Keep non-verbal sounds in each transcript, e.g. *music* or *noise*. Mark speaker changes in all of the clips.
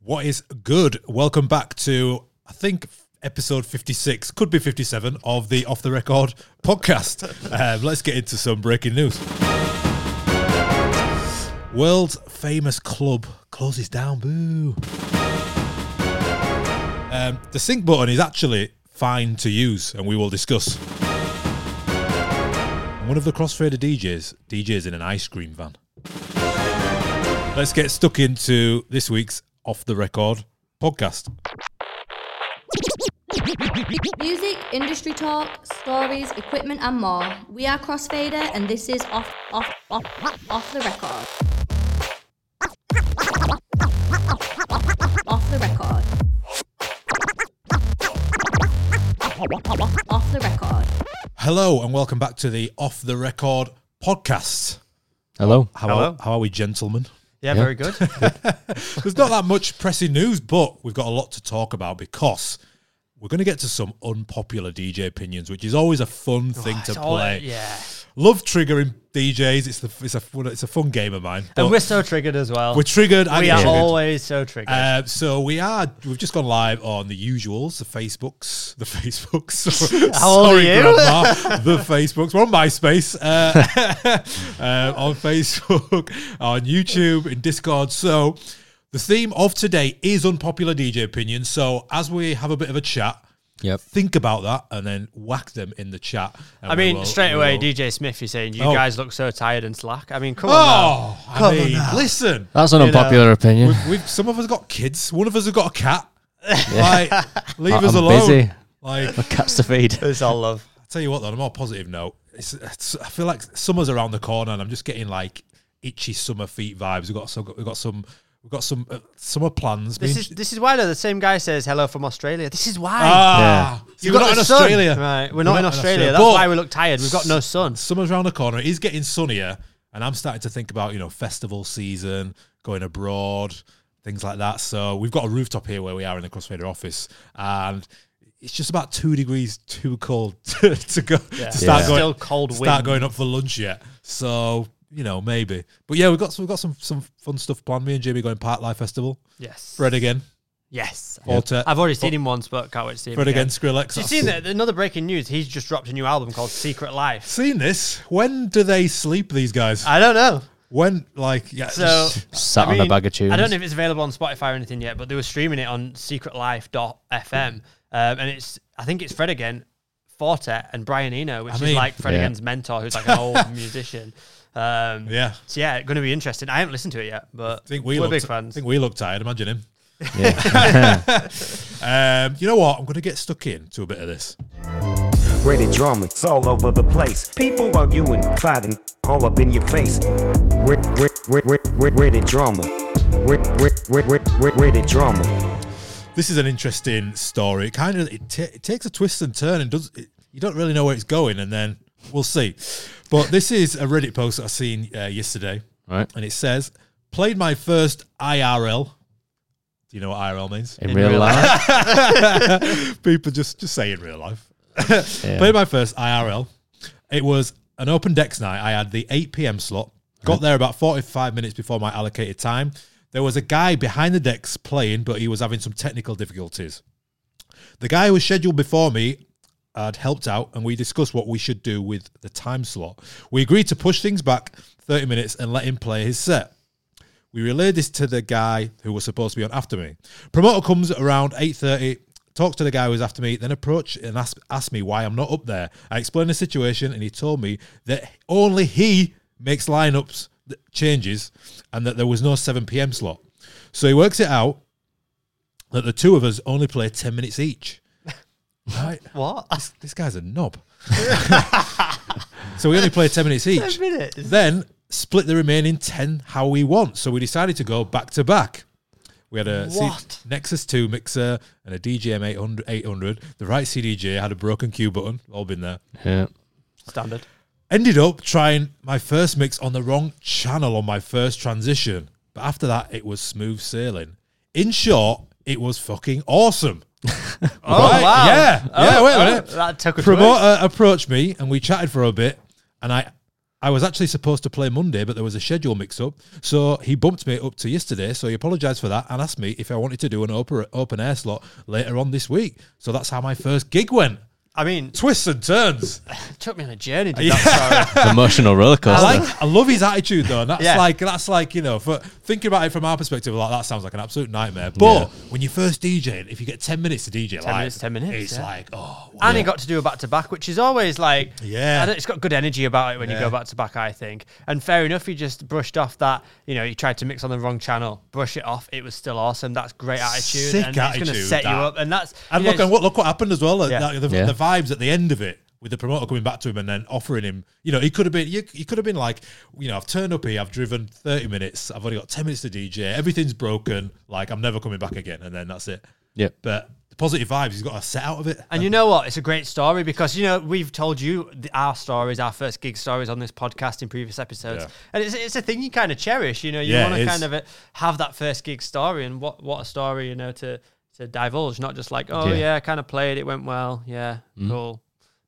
Speaker 1: What is good? Welcome back to, I think, episode 56, could be 57, of the Off the Record podcast. Um, let's get into some breaking news. World's famous club closes down. Boo. Um, the sync button is actually fine to use, and we will discuss. One of the Crossfader DJs, DJs in an ice cream van. Let's get stuck into this week's Off the Record podcast.
Speaker 2: Music, industry talk, stories, equipment, and more. We are Crossfader, and this is off, off, off, off the record. Off the record. Off the record.
Speaker 1: Hello, and welcome back to the Off the Record podcast.
Speaker 3: Hello.
Speaker 1: How,
Speaker 4: Hello.
Speaker 1: Are, how are we, gentlemen?
Speaker 4: Yeah,
Speaker 3: Yeah.
Speaker 1: *laughs*
Speaker 4: very good.
Speaker 1: There's not that much pressing news, but we've got a lot to talk about because we're going to get to some unpopular DJ opinions, which is always a fun thing to
Speaker 4: Oh, It's all- uh,
Speaker 1: play.
Speaker 4: yeah.
Speaker 1: Love triggering DJs. It's the it's a fun- it's a fun game of mine.
Speaker 4: And
Speaker 1: But
Speaker 4: we're so triggered as well.
Speaker 1: we're triggered. I
Speaker 4: We
Speaker 1: get
Speaker 4: are
Speaker 1: triggered.
Speaker 4: always so triggered.
Speaker 1: Uh, so we are. We've just gone live on the usuals, the Facebooks, the Facebooks. *laughs*
Speaker 4: How old are
Speaker 1: Sorry,
Speaker 4: you?
Speaker 1: Grandma, the Facebooks. We're on MySpace, uh, uh, *laughs* on Facebook, on YouTube, in Discord. So the theme of today is unpopular DJ opinions. So as we have a bit of a chat,
Speaker 3: Yep.
Speaker 1: think about that and then whack them in the chat. and
Speaker 4: I
Speaker 1: we
Speaker 4: mean,
Speaker 1: will-
Speaker 4: straight
Speaker 1: we
Speaker 4: away,
Speaker 1: will-
Speaker 4: DJ Smith, you're saying you
Speaker 1: Oh.
Speaker 4: guys look so tired and slack. I mean, come on.
Speaker 1: Oh, I mean, listen.
Speaker 3: That's an
Speaker 4: You know,
Speaker 3: unpopular opinion.
Speaker 1: We've, we've some of us got kids. One of us has got a cat. Like, leave us
Speaker 3: I'm
Speaker 1: alone.
Speaker 3: busy.
Speaker 1: Like,
Speaker 3: Cats to feed.
Speaker 4: Now. It's all love.
Speaker 1: I tell you what, though, on a more positive note, it's, it's, I feel like summer's around the corner, and I'm just getting like itchy summer feet vibes. We've got some, we've got some, we've got some uh, summer plans.
Speaker 4: This
Speaker 1: Me
Speaker 4: is
Speaker 1: and-
Speaker 4: this is why though, the same guy says hello from Australia. This is why.
Speaker 1: ah, so
Speaker 4: You've
Speaker 1: we're
Speaker 4: got
Speaker 1: not
Speaker 4: the
Speaker 1: in
Speaker 4: sun.
Speaker 1: Australia.
Speaker 4: Right, we're, not, in Australia. That's
Speaker 1: But
Speaker 4: why we look tired. We've got no sun.
Speaker 1: Summer's around the corner. It is getting sunnier, and I'm starting to think about you know festival season, going abroad, things like that. So we've got a rooftop here where we are in the Crossfader office, and it's just about two degrees too cold *laughs* to, to go to start
Speaker 3: Yeah.
Speaker 1: going
Speaker 4: Still cold
Speaker 1: start
Speaker 4: wind.
Speaker 1: going up for lunch yet. So you know maybe, but yeah, we've got we've got some some fun stuff planned. Me and Jimmy going Park Life Festival.
Speaker 4: Yes.
Speaker 1: Fred again,
Speaker 4: Yes.
Speaker 1: Fortet,
Speaker 4: I've already seen him once, but can't wait to see him
Speaker 1: Fred again,
Speaker 4: again.
Speaker 1: Skrillex.
Speaker 4: So you've seen that? Another breaking news. He's just dropped a new album called Secret Life.
Speaker 1: Seen this? When do they sleep? These guys?
Speaker 4: I don't know.
Speaker 1: When like yeah?
Speaker 4: So
Speaker 1: *laughs*
Speaker 3: Sat on a bag of tunes.
Speaker 4: I don't know if it's available on Spotify or anything yet, but they were streaming it on secretlife.fm. Um, and it's I think it's Fred again, Forte and Brian Eno, which
Speaker 1: I
Speaker 4: is
Speaker 1: mean-
Speaker 4: like Fred
Speaker 3: Yeah.
Speaker 4: again's mentor, who's like
Speaker 1: *laughs*
Speaker 4: an old musician. Um,
Speaker 1: yeah.
Speaker 4: So yeah, going to be interesting. I haven't listened to it yet, but
Speaker 1: I think we
Speaker 4: are
Speaker 1: look.
Speaker 4: big fans.
Speaker 1: think we look tired. Imagine him.
Speaker 3: Yeah.
Speaker 1: *laughs* Um, you know what? I'm going to get stuck into a bit of this.
Speaker 5: Rated drama, it's all over the place. People are you and fighting all up in your face. Ra- ra- ra- ra- ra- Rated drama. Ra- ra- ra- ra- ra- Rated drama.
Speaker 1: This is an interesting story. It kind of it, ta it takes a twist and turn, and does it, you don't really know where it's going, and then we'll see. But this is a Reddit post that I seen uh, yesterday,
Speaker 3: right.
Speaker 1: and it says, "Played my first IRL." Do you know what IRL means?
Speaker 3: In,
Speaker 4: In
Speaker 3: real
Speaker 4: real
Speaker 3: life.
Speaker 1: People just just say in real life. *laughs*
Speaker 3: Yeah.
Speaker 1: Played my first IRL. It was an open decks night. I had the 8 p.m. slot. Got there about 45 minutes before my allocated time. There was a guy behind the decks playing, but he was having some technical difficulties. The guy who was scheduled before me had helped out, and we discussed what we should do with the time slot. We agreed to push things back 30 minutes and let him play his set. We relayed this to the guy who was supposed to be on after me. Promoter comes around 8.30, talks to the guy who was after me, then approached and asked, asked me why I'm not up there. I explained the situation and he told me that only he makes lineups that changes and that there was no 7 p.m. slot. So he works it out that the two of us only play 10 minutes each. right?
Speaker 4: What?
Speaker 1: *laughs* This, this guy's a knob. so we only played 10
Speaker 4: *laughs*
Speaker 1: minutes each.
Speaker 4: 10 minutes?
Speaker 1: Then split the remaining 10 how we want. So we decided to go back to back. We had a C-
Speaker 4: What?
Speaker 1: Nexus 2 mixer and a DJM 800, 800. The right CDJ had a broken cue button. All been there.
Speaker 3: Yeah.
Speaker 4: Standard.
Speaker 1: Ended up trying my first mix on the wrong channel on my first transition. But after that, it was smooth sailing. In short, it was fucking awesome.
Speaker 4: *laughs* Oh
Speaker 1: Right?
Speaker 4: wow! Oh,
Speaker 1: Yeah. Yeah, wait a minute. uh,
Speaker 4: That took a twist.
Speaker 1: Promoter approached me and we chatted for a bit, and I I was actually supposed to play Monday, but there was a schedule mix up. So he bumped me up to yesterday. So he apologised for that and asked me if I wanted to do an open, open air slot later on this week. So that's how my first gig went.
Speaker 4: I mean,
Speaker 1: Twists and turns.
Speaker 4: it took me on a journey.
Speaker 1: *laughs*
Speaker 4: Did that story.
Speaker 3: Emotional roller
Speaker 1: I
Speaker 3: coaster.
Speaker 1: like, I love his attitude though. And that's
Speaker 4: Yeah.
Speaker 1: like, that's like, you know, for thinking about it from our perspective, like that sounds like an absolute nightmare. But when you first DJ, if you get ten minutes to DJ, 10 like
Speaker 4: minutes, 10 minutes,
Speaker 1: it's
Speaker 4: yeah.
Speaker 1: like, oh, wow.
Speaker 4: And he got to do a back to back, which is always like,
Speaker 1: Yeah.
Speaker 4: I don't- it's got good energy about it when you go back to back. I think, and fair enough, he just brushed off that you know he tried to mix on the wrong channel, brush it off. It was still awesome. That's great attitude,
Speaker 1: Sick
Speaker 4: and it's going
Speaker 1: attitude,
Speaker 4: to set
Speaker 1: that.
Speaker 4: you up. And that's
Speaker 1: And
Speaker 4: you know,
Speaker 1: look, and what look what happened as well. uh, like,
Speaker 4: Yeah.
Speaker 1: The, the,
Speaker 3: Yeah.
Speaker 1: the vibes at the end of it with the promoter coming back to him and then offering him. You know, he could have been. You, he could have been like, you know, I've turned up here. I've driven thirty minutes. I've only got ten minutes to DJ. Everything's broken. Like I'm never coming back again. And then that's it.
Speaker 3: Yep.
Speaker 1: But the positive vibes, he's got to set out of it.
Speaker 4: And you know what? It's a great story because you know we've told you the, our stories, our first gig stories on this podcast in previous episodes,
Speaker 1: Yeah.
Speaker 4: and it's, it's a thing you kind of cherish. You know, you
Speaker 1: Yeah,
Speaker 4: want
Speaker 1: it
Speaker 4: to
Speaker 1: is.
Speaker 4: kind of uh, have that first gig story, and what what a story you know to to divulge, not just like oh yeah,
Speaker 3: Yeah.
Speaker 4: I kind of played, it went well, yeah,
Speaker 1: Mm-hmm.
Speaker 4: cool.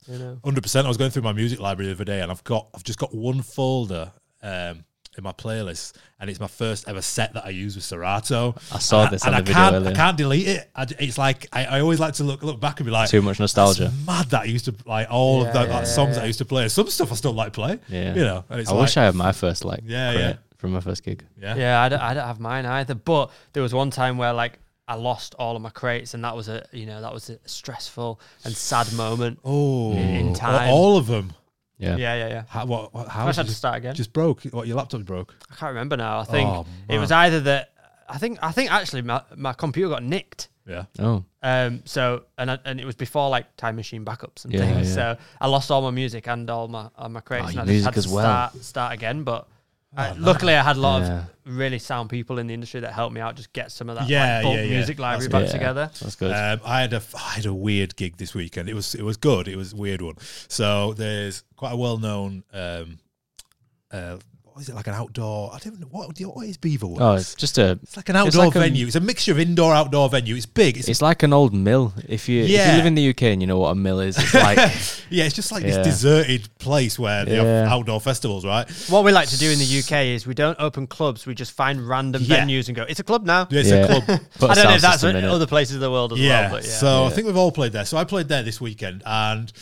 Speaker 4: You know,
Speaker 1: Hundred percent. I was going through my music library the other day, and I've got I've just got one folder um, in my playlist, and it's my first ever set that I used with Serato.
Speaker 3: I saw
Speaker 1: And
Speaker 3: this
Speaker 1: and
Speaker 3: on
Speaker 1: I
Speaker 3: the video
Speaker 1: can't, I
Speaker 3: earlier.
Speaker 1: can't delete it. I d it's like I, I always like to look look back and be like,
Speaker 3: *laughs* Too much nostalgia.
Speaker 1: It's mad that I used to like all of
Speaker 4: Yeah,
Speaker 1: the
Speaker 4: yeah,
Speaker 1: like,
Speaker 4: yeah,
Speaker 1: songs
Speaker 4: yeah.
Speaker 1: that I used to play. Some stuff I still like play.
Speaker 3: Yeah.
Speaker 1: You know, and it's
Speaker 3: I
Speaker 1: like,
Speaker 3: wish I had my first like
Speaker 1: Yeah,
Speaker 3: yeah,
Speaker 1: yeah.
Speaker 3: from my first gig.
Speaker 1: yeah.
Speaker 4: yeah, I don't, I don't have mine either, but there was one time where like. I lost all of my crates, and that was a you know that was a stressful and sad moment.
Speaker 1: Oh,
Speaker 4: In
Speaker 1: Well,
Speaker 4: time.
Speaker 1: all of them.
Speaker 3: Yeah.
Speaker 4: Yeah, yeah, yeah.
Speaker 1: How, what, what, how
Speaker 4: I wish I
Speaker 1: did
Speaker 4: had to
Speaker 1: you-
Speaker 4: start again.
Speaker 1: Just broke. What your laptop broke?
Speaker 4: I can't remember now. I think
Speaker 1: Oh,
Speaker 4: it was either that I think I think actually my, my computer got nicked.
Speaker 1: Yeah.
Speaker 3: Oh,
Speaker 4: Um, so and I, and it was before like time machine backups and
Speaker 3: Yeah,
Speaker 4: things.
Speaker 3: yeah.
Speaker 4: So I lost all my music and all my all my
Speaker 3: Oh,
Speaker 4: crates. and
Speaker 3: your
Speaker 4: I
Speaker 3: music
Speaker 4: just had
Speaker 3: as
Speaker 4: to
Speaker 3: well. Oh,
Speaker 4: start start again. But I, luckily, I had a lot
Speaker 3: Yeah.
Speaker 4: of really sound people in the industry that helped me out. Just get some of that
Speaker 1: Yeah,
Speaker 4: like, bulk
Speaker 1: yeah, yeah.
Speaker 4: music library
Speaker 1: That's
Speaker 4: back
Speaker 3: yeah.
Speaker 4: together.
Speaker 3: That's good.
Speaker 1: Um, I had a I had a weird gig this weekend. It was it was good. It was a weird one. So there's quite a well known. Um, uh, what is it like an outdoor? I don't know what do you- what is Beaverwood.
Speaker 3: oh, it's just a.
Speaker 1: it's like an outdoor
Speaker 3: like a-
Speaker 1: venue. it's a mixture of indoor outdoor venue. It's big. It's,
Speaker 3: It's like an old mill. If you if
Speaker 1: Yeah.
Speaker 3: you live in the UK and you know what a mill is, it's like
Speaker 1: *laughs* yeah. It's just like
Speaker 3: Yeah.
Speaker 1: this deserted place where they have
Speaker 3: Yeah.
Speaker 1: outdoor festivals, right?
Speaker 4: What we like to do in the UK is we don't open clubs. We just find random
Speaker 1: Yeah.
Speaker 4: venues and go. It's a club now.
Speaker 1: It's
Speaker 3: yeah.
Speaker 1: a
Speaker 3: *laughs*
Speaker 1: club.
Speaker 3: Put a
Speaker 4: I don't know if
Speaker 3: sound
Speaker 4: that's
Speaker 3: system
Speaker 4: what
Speaker 3: in it.
Speaker 4: other places of the world as well. But yeah.
Speaker 1: So I
Speaker 3: Yeah.
Speaker 1: think we've all played there. So I played there this weekend, and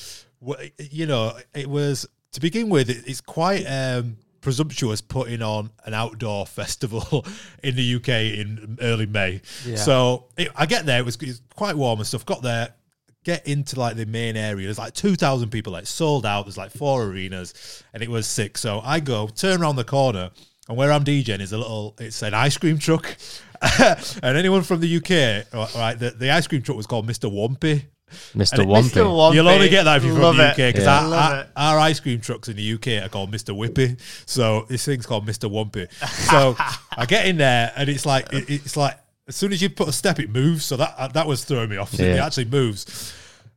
Speaker 1: w- you know, it was to begin with, it- it's quite um, presumptuous putting on an outdoor *laughs* festival in the UK in early May. So it, I get there, it was, it was quite warm and stuff. Got there. Get into like the main area. There's like two thousand people. Like sold out. There's like four arenas, and it was sick. So I go turn around the corner, and where I'm DJing is a little. It's an ice cream truck, *laughs* and anyone from the UK, all right? The, the ice cream truck was called Mister Wumpy.
Speaker 3: Mr. Wumpy.
Speaker 4: Wumpy.
Speaker 1: You'll only get that if you're
Speaker 4: Love
Speaker 1: from the
Speaker 4: it.
Speaker 1: UK because
Speaker 3: Yeah.
Speaker 1: our,
Speaker 4: Love
Speaker 1: our-
Speaker 4: it.
Speaker 1: our ice cream trucks in the UK are called Mr. Whippy. So this thing's called Mr.
Speaker 4: *laughs*
Speaker 1: Wumpy. So I get in there and it's like it- it's like as soon as you put a step, it moves. So that that was throwing me off. It
Speaker 3: Yeah.
Speaker 1: actually moves,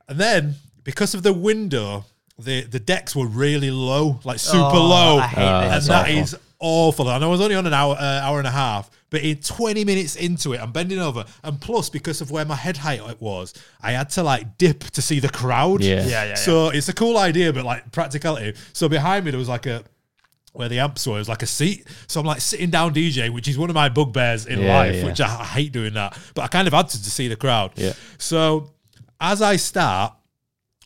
Speaker 1: and then because of the window, the the decks were really low, like super
Speaker 4: Oh,
Speaker 1: low,
Speaker 4: I hate
Speaker 3: Oh,
Speaker 1: and
Speaker 3: that's
Speaker 1: that
Speaker 3: awful.
Speaker 1: is awful. And I was only on an hour, uh, hour and a half, but in 20 minutes into it, I'm bending over. And plus, because of where my head height was, I had to like dip to see the crowd.
Speaker 3: Yeah. Yeah,
Speaker 4: yeah,
Speaker 1: So it's a cool idea, but like practicality. So behind me, there was like a, where the amps were, it was like a seat. So I'm like sitting down DJ, which is one of my bugbears in
Speaker 3: Yeah,
Speaker 1: life,
Speaker 3: yeah.
Speaker 1: which I, I hate doing that. But I kind of had to, to see the crowd.
Speaker 3: Yeah.
Speaker 1: So as I start,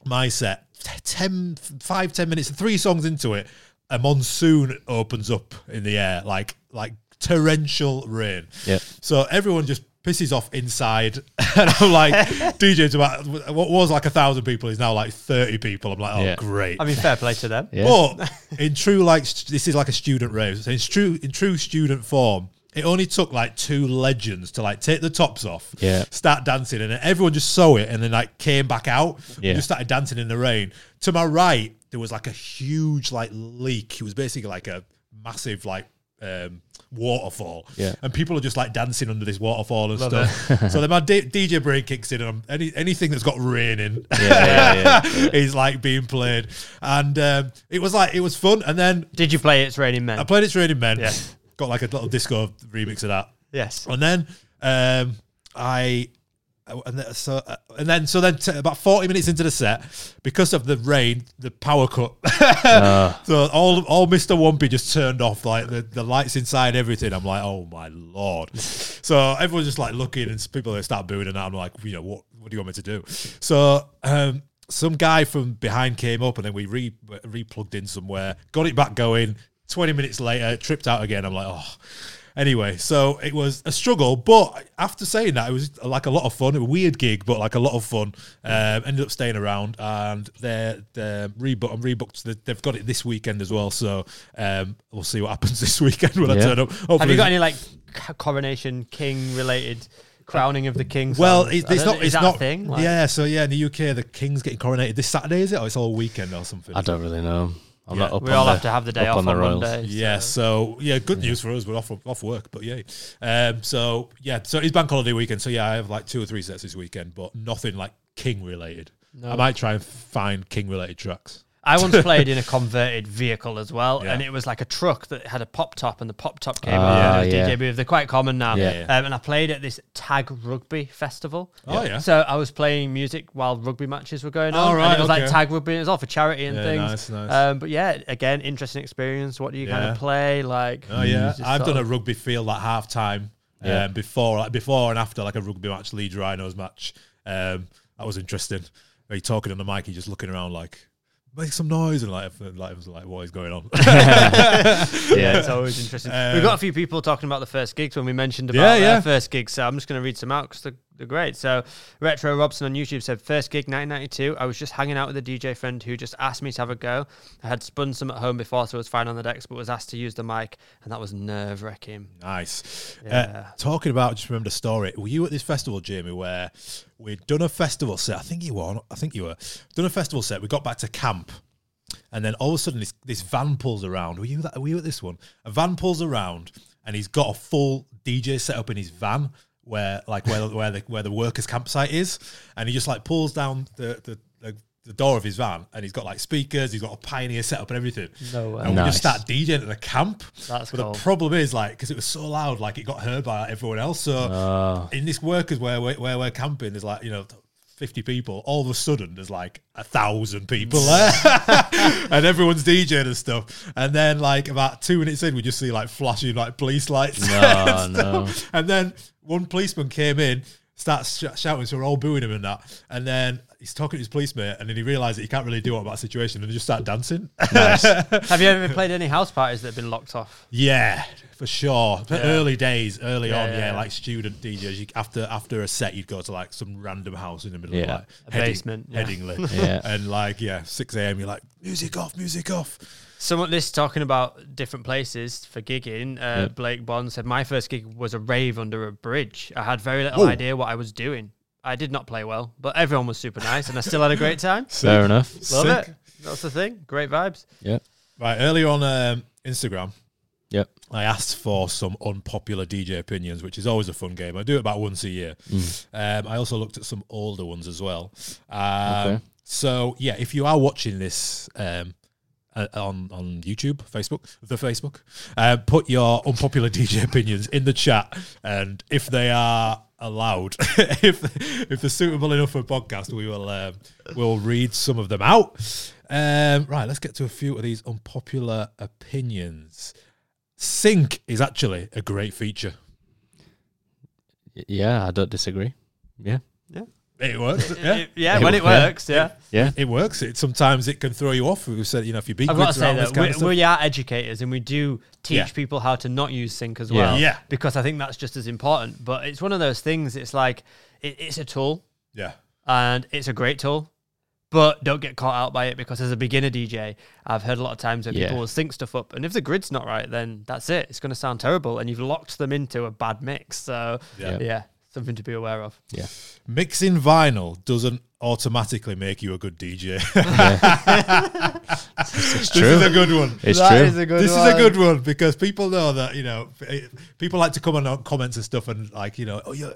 Speaker 1: my set, t- 10, 5, 10 minutes, three songs into it, a monsoon opens up in the air, like like torrential rain.
Speaker 3: Yep.
Speaker 1: So everyone just pisses off inside. *laughs* and I'm like, DJ's about, what was like a thousand people is now like 30 people. I'm like, oh,
Speaker 3: Yeah.
Speaker 1: great.
Speaker 4: I mean, fair play to them.
Speaker 3: Yeah.
Speaker 1: But in true, like st- this is like a student rave. So in true, in true student form, it only took like two legends to like take the tops off,
Speaker 3: Yeah.
Speaker 1: start dancing, and then everyone just saw it, and then like came back out,
Speaker 3: Yeah.
Speaker 1: and just started dancing in the rain. To my right, there was like a huge like leak. It was basically like a massive like. Um, waterfall
Speaker 3: Yeah.
Speaker 1: and people are just like dancing under this waterfall and stuff so then my D- dj break kicks in and I'm, any, anything that's got rain in
Speaker 3: yeah, yeah,
Speaker 1: *laughs* is like being played. And um, it was like it was fun. And then
Speaker 4: Did you play It's Raining Men?
Speaker 1: I played It's Raining Men.
Speaker 4: Yeah.
Speaker 1: Got like a little disco remix of that.
Speaker 4: yes.
Speaker 1: And then um, I uh, and then, so uh, and then so then t- about forty minutes into the set, because of the rain, the power cut. *laughs* so all all Mister Wumpy just turned off, like the, the lights inside everything. I'm like, oh my lord! so everyone's just like looking, and people they start booing, and I'm like, you know what? What do you want me to do? So. um some guy from behind came up and then we re replugged in somewhere, got it back going. Twenty minutes later, tripped out again. I'm like, oh. Anyway, so it was a struggle, but after saying that, it was like a lot of fun. A weird gig, but like a lot of fun. Um, ended up staying around, and they're they're rebooked. I'm rebooked. the- They've got it this weekend as well, so um, we'll see what *laughs* happens this weekend when I
Speaker 3: Yeah.
Speaker 1: turn up. Hopefully,
Speaker 4: Have you got any like c- coronation king related crowning of the king?
Speaker 1: Well,
Speaker 4: songs?
Speaker 1: it,
Speaker 4: I
Speaker 1: it's not.
Speaker 4: don't know,
Speaker 1: It's
Speaker 4: is that a
Speaker 1: not.
Speaker 4: thing. Like,
Speaker 1: yeah. So yeah, in the UK, the king's getting coronated this Saturday. Is it? Or it's all weekend or something.
Speaker 3: I don't really know. I'm
Speaker 1: Yeah,
Speaker 3: not up
Speaker 4: we
Speaker 3: on
Speaker 4: all
Speaker 3: the,
Speaker 4: have to have the day
Speaker 3: up
Speaker 4: off
Speaker 3: on the royals.
Speaker 4: Monday.
Speaker 1: Yeah, so yeah, good news for us. We're off off work, but yeah. Um, so yeah, so it's bank holiday weekend. So yeah, I have like two or three sets this weekend, but nothing like King related. I might try and find King related tracks. *laughs*
Speaker 4: I once played in a converted vehicle as well,
Speaker 1: Yeah.
Speaker 4: and it was like a truck that had a pop top, and the pop top came
Speaker 3: Ah,
Speaker 4: out.
Speaker 3: yeah.
Speaker 4: DJ booth. They're quite common now.
Speaker 3: Yeah.
Speaker 4: Um, and I played at this tag rugby festival.
Speaker 1: Oh, yeah.
Speaker 4: So I was playing music while rugby matches were going
Speaker 1: Oh,
Speaker 4: on. and
Speaker 1: right,
Speaker 4: it was
Speaker 1: okay.
Speaker 4: like tag rugby. It was all for charity and
Speaker 1: Yeah,
Speaker 4: things.
Speaker 1: nice, nice.
Speaker 4: Um, but yeah, again, interesting experience. What do you kind
Speaker 1: Yeah.
Speaker 4: of play? Like,
Speaker 1: Oh yeah,
Speaker 4: just
Speaker 1: I've
Speaker 4: sort
Speaker 1: done a
Speaker 4: of-
Speaker 1: rugby field like half time
Speaker 3: Yeah.
Speaker 1: um, before, like before and after like a rugby match, Leeds Rhinos match. Um, that was interesting. He talking on the mic, he just looking around like make some noise and like, and, like, I was like what is going on? *laughs*
Speaker 4: yeah, it's always interesting. We've got a few people talking about the first gigs when we mentioned about
Speaker 1: Um, Yeah,
Speaker 4: their
Speaker 1: yeah.
Speaker 4: first gigs, so I'm just going to read some out because they're, they're great. So, Retro Robson on YouTube said, First gig 1992, I was just hanging out with a DJ friend who just asked me to have a go. I had spun some at home before, so I was fine on the decks, but was asked to use the mic, and that was
Speaker 1: *laughs*
Speaker 4: nerve wracking.
Speaker 1: Nice.
Speaker 4: Yeah.
Speaker 1: Uh, talking about, just remember a story. Were you at this festival, Jamie, where we'd done a festival set? I think you were. I think you were. Done a festival set. We got back to camp. And then all of a sudden, this, this van pulls around. Were you, that, were you at this one? A van pulls around and he's got a full DJ set up in his van. Where like where where the where the workers' campsite is, and he just like pulls down the the, the, the door of his van, and he's got like speakers, he's got a pioneer set up and everything.
Speaker 4: No way.
Speaker 1: And we just
Speaker 3: Nice.
Speaker 1: start DJing at the camp.
Speaker 4: That's
Speaker 1: but
Speaker 4: cool.
Speaker 1: the problem is like because it was so loud, like it got heard by everyone else. So in this workers where we're, where we're camping, there's like you know. 50 people, all of a sudden there's like a thousand people there and everyone's DJing and stuff. And then, like, about two minutes in, we just see like flashing like police lights.
Speaker 3: No, Oh, no.
Speaker 1: *laughs* And then one policeman came in, starts sh- shouting, so we're all booing him and that. And then he's talking to his police mate, and then he realized that he can't really do what about the situation and they just start dancing. *laughs*
Speaker 4: have you ever played any house parties that have been locked off?
Speaker 1: Yeah, for sure. The Early days, early on,
Speaker 4: yeah,
Speaker 1: yeah,
Speaker 4: yeah.
Speaker 1: like student DJs. You, after after a set, you'd go to like some random house in the middle
Speaker 3: Yeah.
Speaker 1: of
Speaker 4: A
Speaker 1: like Heading-
Speaker 4: basement, *laughs* yeah.
Speaker 1: Headingley,
Speaker 3: Yeah.
Speaker 1: and like yeah, six a.m. You're like music off, music off.
Speaker 4: Someone this talking about different places for gigging. Uh, Blake Bond said, "My first gig was a rave under a bridge. I had very little idea what I was doing. I did not play well, but everyone was super nice, and I still had a
Speaker 1: *laughs*
Speaker 4: great time.
Speaker 3: Fair enough.
Speaker 4: Love
Speaker 1: Sick.
Speaker 4: it. That's the thing. Great vibes.
Speaker 3: Yeah.
Speaker 1: Right, earlier on um, Instagram,
Speaker 3: Yep.
Speaker 1: I asked for some unpopular DJ opinions, which is always a fun game. I do it about once a year. Um, I also looked at some older ones as well. Um,
Speaker 3: Okay.
Speaker 1: So yeah, if you are watching this um, uh, on on YouTube, Facebook, the Facebook, uh, put your unpopular *laughs* DJ opinions in the chat, and if they are allowed, *laughs* if if they're suitable enough for a podcast, we will um, we'll read some of them out. Um, right, let's get to a few of these unpopular opinions. Sync is actually a great feature.
Speaker 3: Y- Yeah, I don't disagree. Yeah.
Speaker 1: It
Speaker 4: *laughs*
Speaker 1: works.
Speaker 4: Yeah,
Speaker 1: Yeah.
Speaker 4: when it
Speaker 3: Yeah.
Speaker 4: works. Yeah.
Speaker 3: Yeah.
Speaker 1: It works. It sometimes it can throw you off. We said, you know, if you beat
Speaker 4: I've got
Speaker 1: grids
Speaker 4: to say
Speaker 1: around this
Speaker 4: that
Speaker 1: kind of
Speaker 4: we,
Speaker 1: stuff.
Speaker 4: we are educators and we do teach
Speaker 1: Yeah.
Speaker 4: people how to not use sync as
Speaker 3: Yeah.
Speaker 4: well.
Speaker 1: Yeah.
Speaker 4: Because I think that's just as important. But it's one of those things. It's like it, it's a tool.
Speaker 1: yeah.
Speaker 4: and it's a great tool. But don't get caught out by it because as a beginner DJ, I've heard a lot of times that
Speaker 3: Yeah.
Speaker 4: people will sync stuff up, and if the grid's not right, then that's it. It's going to sound terrible, and you've locked them into a bad mix. So yeah,
Speaker 1: Yeah.
Speaker 4: something to be aware of.
Speaker 3: Yeah.
Speaker 1: Mixing vinyl doesn't automatically make you a good DJ. *laughs*
Speaker 3: It's
Speaker 1: this is a
Speaker 3: true.
Speaker 1: good one.
Speaker 3: It's true.
Speaker 4: good.
Speaker 1: this is a good one because people know that you know it- people like to come on our comments and stuff and like you know oh you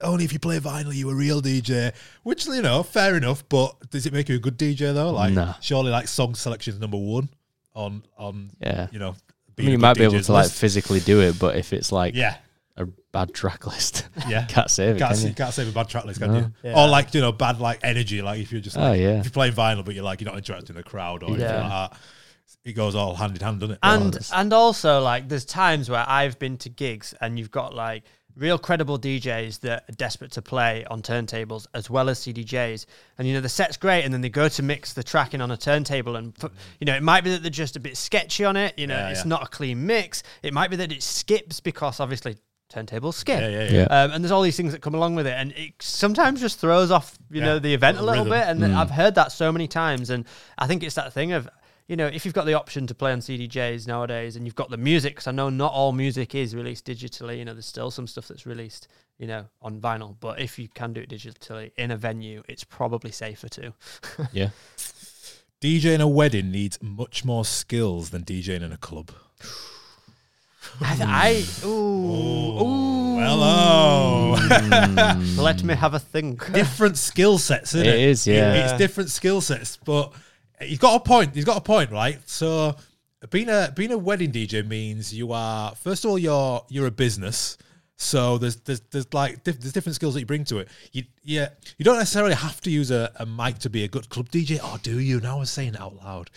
Speaker 1: only if you play vinyl you a real DJ, which you know fair enough. But does it make you a good DJ though? Like
Speaker 3: Nah.
Speaker 1: surely like song selection's number one on on
Speaker 3: Yeah.
Speaker 1: you know.
Speaker 3: I
Speaker 1: being a
Speaker 3: mean, you
Speaker 1: good
Speaker 3: might be able
Speaker 1: DJ's
Speaker 3: to like
Speaker 1: list.
Speaker 3: physically do it, but if it's like
Speaker 1: yeah
Speaker 3: a bad track list.
Speaker 1: *laughs* Yeah.
Speaker 3: Can't save it.
Speaker 1: Can't,
Speaker 3: Can
Speaker 1: s-
Speaker 3: you?
Speaker 1: you can't save a bad track list, can
Speaker 3: No.
Speaker 1: you?
Speaker 4: Yeah.
Speaker 1: Or like you know, bad like energy. Like if you're just
Speaker 3: Oh,
Speaker 1: like,
Speaker 3: yeah.
Speaker 1: if you're playing vinyl, but you're like you're not interacting with the crowd or anything
Speaker 4: Yeah.
Speaker 1: like that. It goes all hand in hand, doesn't it?
Speaker 4: and and also like there's times where I've been to gigs and you've got like real credible DJs that are desperate to play on turntables as well as CDJs and you know the set's great and then they go to mix the track in on a turntable and fu- you know it might be that they're just a bit sketchy on it you know
Speaker 1: Yeah,
Speaker 4: it's
Speaker 1: yeah.
Speaker 4: not a clean mix it might be that it skips because obviously turntables skip
Speaker 1: yeah, yeah, yeah.
Speaker 3: Yeah.
Speaker 4: um, and there's all these things that come along with it, and it sometimes just throws off, you
Speaker 1: Yeah,
Speaker 4: know, the event a
Speaker 1: little
Speaker 4: little
Speaker 1: rhythm. Mm.
Speaker 4: bit. And th- I've heard that so many times, and I think it's that thing of, you know, if you've got the option to play on CDJs nowadays, and you've got the music, because I know not all music is released digitally. You know, there's still some stuff that's released, you know, on vinyl. But if you can do it digitally in a venue, it's probably safer too.
Speaker 3: *laughs* Yeah.
Speaker 1: DJing a wedding needs much more skills than DJing in a club.
Speaker 4: *laughs* I,
Speaker 1: *laughs*
Speaker 4: I ooh, ooh,
Speaker 1: Hello.
Speaker 4: let me have a think.
Speaker 1: oh. *laughs* different skill sets, isn't it?
Speaker 3: It is, yeah.
Speaker 1: it's different skill sets, but he's got a point. He's got a point, right? So being a being a wedding DJ means you are first of all you're you're a business. So there's there's there's like diff, there's different skills that you bring to it. You yeah you don't necessarily have to use a, a mic to be a good club DJ, or do you? Now I'm saying it out loud.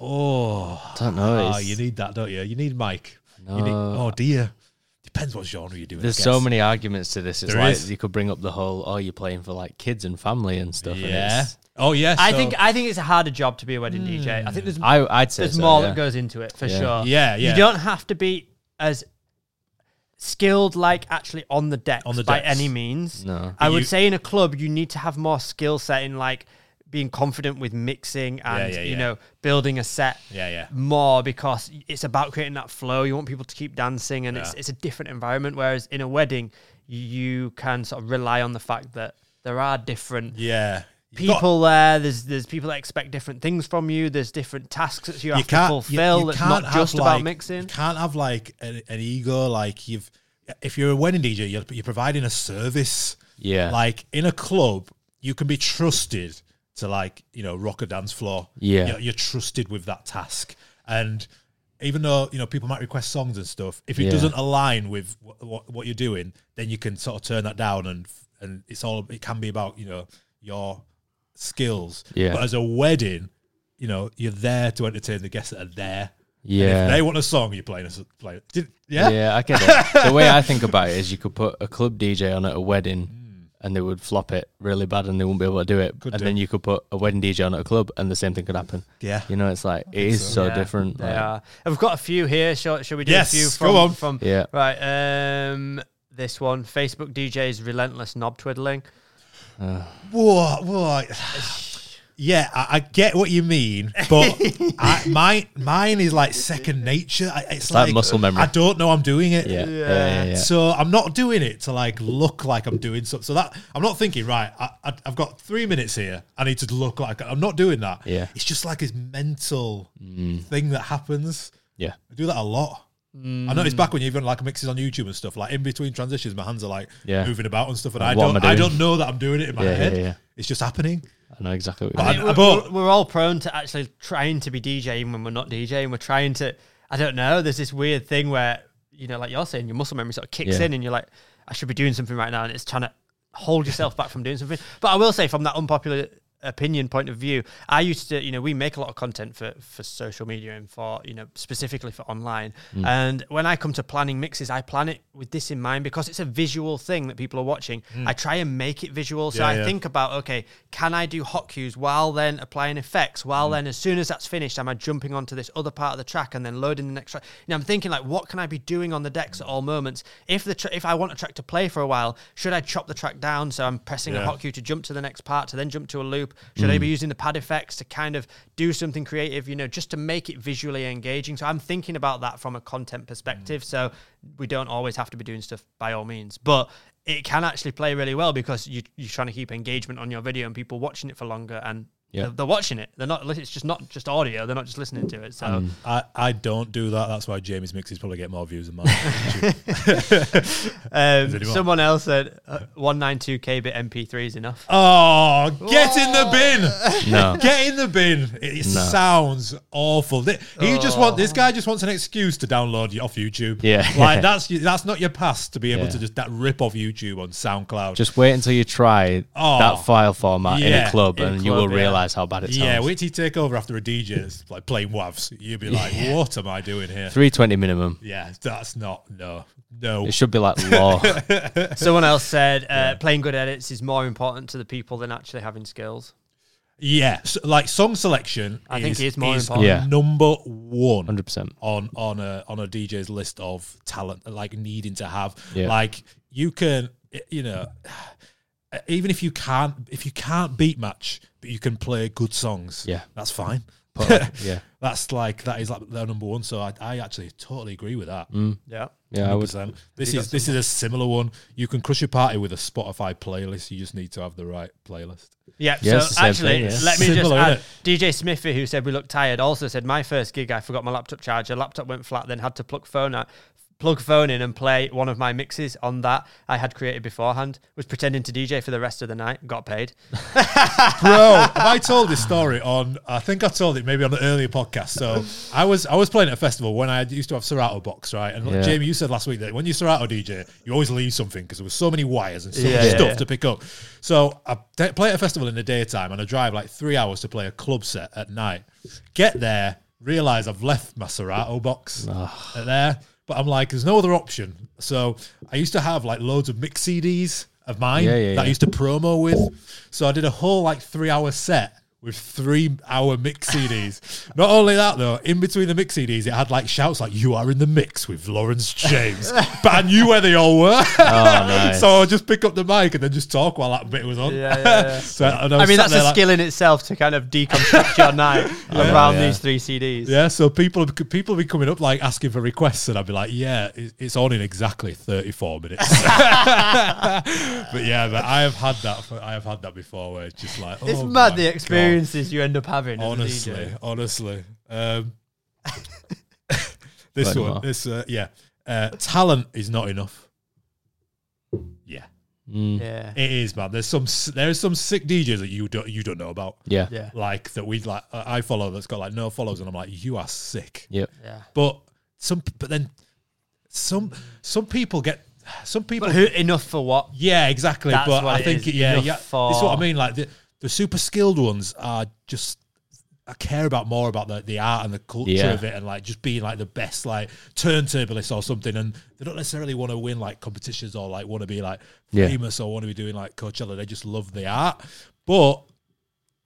Speaker 1: Oh,
Speaker 3: Don't know.
Speaker 1: ah,
Speaker 3: it's-
Speaker 1: you need that, don't you? You need mic. You need,
Speaker 3: No.
Speaker 1: oh dear. Depends what genre you're doing. I
Speaker 3: There's so
Speaker 1: guess.
Speaker 3: many arguments to this. It's
Speaker 1: There
Speaker 3: like
Speaker 1: is.
Speaker 3: you could bring up the whole, oh, you're playing for like kids and family and stuff. and
Speaker 1: Yeah.
Speaker 3: it's-
Speaker 1: Oh yes.
Speaker 4: I think I think it's a harder job to be a wedding DJ.
Speaker 1: Mm.
Speaker 4: I think there's
Speaker 3: I, I'd say
Speaker 4: there's
Speaker 3: so,
Speaker 4: more
Speaker 3: yeah.
Speaker 4: that goes into it for
Speaker 3: Yeah.
Speaker 4: sure.
Speaker 1: Yeah, yeah.
Speaker 4: You don't have to be as skilled, like actually on the deck,
Speaker 1: On the
Speaker 4: by
Speaker 1: decks.
Speaker 4: any means.
Speaker 3: No.
Speaker 4: I would
Speaker 1: you-
Speaker 4: say in a club you need to have more skill set in like being confident with mixing and
Speaker 1: yeah, yeah.
Speaker 4: you know building a set.
Speaker 1: Yeah, yeah.
Speaker 4: More because it's about creating that flow. You want people to keep dancing, and it's it's a different environment. Whereas in a wedding, you can sort of rely on the fact that there are different
Speaker 1: Yeah. You've got-
Speaker 4: people there. There's there's people that expect different things from you. There's different tasks that you, have to fulfill. it's not
Speaker 1: have,
Speaker 4: just about
Speaker 1: like- You
Speaker 4: mixing.
Speaker 1: can't have like an, an ego. Like you've, if you're a wedding DJ, you're, you're providing a service.
Speaker 3: Yeah.
Speaker 1: Like in a club, you can be trusted to like you know rock a dance floor.
Speaker 3: Yeah.
Speaker 1: You're, you're trusted with that task, and even though you know people might request songs and stuff, if it
Speaker 3: Yeah.
Speaker 1: doesn't align with what, what what you're doing, then you can sort of turn that down, and and it's all it can be about you know your skills.
Speaker 3: Yeah.
Speaker 1: But as a wedding, you know, you're there to entertain the guests that are there. And
Speaker 3: Yeah.
Speaker 1: if they want a song, you're playing a s- play. Did, yeah?
Speaker 3: *laughs* Yeah, I get it. the way I think about it is you could put a club DJ on at a wedding and they would flop it really bad and they wouldn't be able to do it.
Speaker 1: Hmm. Could
Speaker 3: and
Speaker 1: do.
Speaker 3: then you could put a wedding DJ on at a club and the same thing could happen.
Speaker 1: Yeah.
Speaker 3: You know, it's like, it is so, different.
Speaker 4: They
Speaker 3: like-
Speaker 4: are. I've got a few here. Shall, shall we do
Speaker 1: Yes,
Speaker 4: a few
Speaker 1: go
Speaker 4: from?
Speaker 1: on.
Speaker 4: From
Speaker 3: Yeah.
Speaker 4: right. Um, this one, Facebook DJ's relentless knob twiddling.
Speaker 1: Whoa, whoa. Yeah, I, I get what you mean,
Speaker 3: *laughs*
Speaker 1: but I, my mine is like second nature. I, it's,
Speaker 3: like muscle memory.
Speaker 1: I don't know I'm doing it.
Speaker 3: Yeah. Yeah. yeah, yeah.
Speaker 1: So I'm not doing it to like look like I'm doing something. So that I'm not thinking right. I, I, I've got three minutes here. I need to look like I'm not doing that.
Speaker 3: Yeah. Mm.
Speaker 1: it's just like this mental thing that happens.
Speaker 3: yeah.
Speaker 1: I do that a lot. I noticed
Speaker 3: Mm.
Speaker 1: back when you even like mixes on YouTube and stuff, like in between transitions, my hands are like
Speaker 3: Yeah.
Speaker 1: moving about and stuff, and I
Speaker 3: Like, what am
Speaker 1: don't,
Speaker 3: I
Speaker 1: I
Speaker 3: doing?
Speaker 1: don't know that I'm doing it in my
Speaker 3: Yeah, yeah,
Speaker 1: head.
Speaker 3: yeah.
Speaker 1: It's just happening.
Speaker 3: I know exactly what you
Speaker 1: But
Speaker 3: mean.
Speaker 1: I-
Speaker 4: we're,
Speaker 1: but-
Speaker 4: we're- we're all prone to actually trying to be DJ even when we're not DJing. We're trying to, I don't know, there's this weird thing where, you know, like you're saying, your muscle memory sort of kicks
Speaker 3: Yeah.
Speaker 4: in and you're like, I should be doing something right now. And it's trying to hold yourself back from doing something. But I will say, from that unpopular opinion point of view, I used to, you know, we make a lot of content for, for social media and for, you know, specifically for online.
Speaker 1: Mm.
Speaker 4: And when I come to planning mixes, I plan it with this in mind because it's a visual thing that people are watching. I try and make it visual. So
Speaker 1: Mm. Yeah,
Speaker 4: I
Speaker 1: yeah.
Speaker 4: think think about okay, can I do hot cues while then applying effects? While then, as soon as that's finished, am I jumping onto this other part of the track and then loading the next track? Now I'm thinking like, what can I be doing on the decks at all moments? If the tra- if I want a track to play for a while, should I chop the track down so I'm pressing a
Speaker 1: Yeah.
Speaker 4: hot cue to jump to the next part to then jump to a loop? Should I be using the pad effects to kind of do something creative? You know, just to make it visually engaging. So I'm thinking about that from a content perspective. So we don't always have to be doing stuff by all means, but it can actually play really well because you, you're trying to keep engagement on your video and people watching it for longer and
Speaker 3: Yeah.
Speaker 4: they're, they're watching it. They're not. li- It's just not just audio. They're not just listening to it. So
Speaker 3: *laughs*
Speaker 1: I, I don't do that. That's why Jamie's mixes probably get more views than mine.
Speaker 4: Um,
Speaker 1: anyone?
Speaker 4: someone else said uh, 192kbit MP3 is enough.
Speaker 1: Oh, get in the bin.
Speaker 3: No.
Speaker 1: *laughs* Get in the bin. It sounds awful. Th- He just want this guy just wants an excuse to download you off YouTube.
Speaker 3: Yeah. *laughs*
Speaker 1: like that's that's not your past to be able
Speaker 3: Yeah.
Speaker 1: to just that rip off YouTube on SoundCloud.
Speaker 3: Just wait until you try
Speaker 1: Oh.
Speaker 3: that file format in
Speaker 1: Yeah,
Speaker 3: a club,
Speaker 4: in a
Speaker 3: and you will
Speaker 4: club, yeah.
Speaker 3: realize how bad it sounds.
Speaker 1: yeah, wait till you take over after a DJ is like playing wavs. You'd be like, what am I doing here?
Speaker 3: three twenty minimum.
Speaker 1: Yeah, that's not no no.
Speaker 3: It should be like
Speaker 1: *laughs*
Speaker 3: law.
Speaker 4: Someone else said uh, playing good edits is more important to the people than actually having skills.
Speaker 1: Yeah, s- like song selection.
Speaker 4: I
Speaker 1: is,
Speaker 4: think it's more
Speaker 1: is
Speaker 4: important.
Speaker 3: Yeah.
Speaker 1: number one.
Speaker 3: Hundred percent.
Speaker 1: on on a on a DJ's list of talent, like needing to have.
Speaker 3: Yeah.
Speaker 1: Like you can, you know, *sighs* even if you can't if you can't beat match, but you can play good songs.
Speaker 3: Yeah.
Speaker 1: that's fine. *laughs*
Speaker 3: Yeah,
Speaker 1: That's like that is like their number one. So I, I actually totally agree with that.
Speaker 3: Mm.
Speaker 4: Yeah.
Speaker 3: yeah.
Speaker 1: *laughs*
Speaker 3: I would.
Speaker 1: 100%. This is this is a similar one. You can crush your party with a Spotify playlist. You just need to have the right
Speaker 3: *laughs*
Speaker 1: playlist.
Speaker 4: Yeah,
Speaker 3: Yeah, it's the
Speaker 4: so
Speaker 3: same
Speaker 4: actually,
Speaker 3: thing, yeah.
Speaker 4: let me
Speaker 1: Similar,
Speaker 4: just add DJ Smithy, who said we looked tired, also said my first gig, I forgot my laptop charger. Laptop went flat, then had to plug phone out, plug phone in and play one of my mixes on that I had created beforehand. Was pretending to DJ for the rest of the night. Got paid.
Speaker 1: Bro, have I told this story on? I think I told it maybe on an earlier podcast. So I was I was playing at a festival when I used to have Serato box, right? And like,
Speaker 3: Yeah.
Speaker 1: Jamie, you said last week that when you Serato DJ, you always leave something because there was so many wires and so
Speaker 4: Yeah,
Speaker 1: much
Speaker 4: yeah,
Speaker 1: stuff
Speaker 4: yeah.
Speaker 1: to pick up. So I t- play at a festival in the daytime and I drive like three hours to play a club set at night. Get there, realize I've left my Serato box at there, but I'm like, there's no other option. So I used to have like loads of mix CDs of mine
Speaker 3: Yeah, yeah,
Speaker 1: that I
Speaker 3: yeah.
Speaker 1: used to promo with. So I did a whole like three hour set with three hour mix CDs. Not only that though, in between the mix CDs, it had like shouts like "You are in the mix with Lawrence
Speaker 3: *laughs*
Speaker 1: James," but I knew where they all were. *laughs*
Speaker 3: nice.
Speaker 1: so I would just pick up the mic and then just talk while that bit was on.
Speaker 4: Yeah, yeah,
Speaker 1: *laughs*
Speaker 4: yeah.
Speaker 1: so and
Speaker 4: I
Speaker 1: was
Speaker 4: mean,
Speaker 1: sat
Speaker 4: that's
Speaker 1: there
Speaker 4: a
Speaker 1: like-
Speaker 4: skill in itself to kind of deconstruct your night around
Speaker 3: yeah.
Speaker 4: these three CDs.
Speaker 1: Yeah, so people people be coming up like asking for requests, and I'd be like, "Yeah, it- it's on in exactly thirty four
Speaker 4: *laughs*
Speaker 1: minutes." *laughs* but yeah, but I have had that. For, I have had that before, where it's just like,
Speaker 4: It's
Speaker 1: oh
Speaker 4: mad
Speaker 1: my
Speaker 4: the
Speaker 1: God.
Speaker 4: experiences you end up having. as a
Speaker 1: Honestly,
Speaker 4: DJ.
Speaker 1: honestly, um, *laughs* this
Speaker 3: Right,
Speaker 1: one,
Speaker 3: Mark.
Speaker 1: this uh, yeah, uh, talent is not enough. Yeah,
Speaker 3: Mm,
Speaker 4: yeah,
Speaker 1: it is, man. There's some s- there's some sick DJs that you don't you don't know about,
Speaker 3: yeah. Yeah.
Speaker 4: yeah,
Speaker 1: like that we like uh, I follow that's got like no follows, and I'm like, you are sick.
Speaker 3: Yep.
Speaker 4: yeah.
Speaker 1: But some, but then some some people get some people.
Speaker 4: But who, enough for what?
Speaker 1: yeah, exactly.
Speaker 4: That's
Speaker 1: but
Speaker 4: what
Speaker 1: I
Speaker 4: it
Speaker 1: think
Speaker 4: is,
Speaker 1: yeah,
Speaker 4: enough
Speaker 1: yeah. This is what
Speaker 4: for-
Speaker 1: I mean. Like the, the super skilled ones are just. I care about more about the, the art and the culture
Speaker 3: Yeah.
Speaker 1: of it, and like just being like the best like turntablist or something. And they don't necessarily want to win like competitions or like want to be like
Speaker 3: Yeah.
Speaker 1: famous or want to be doing like Coachella. They just love the art. But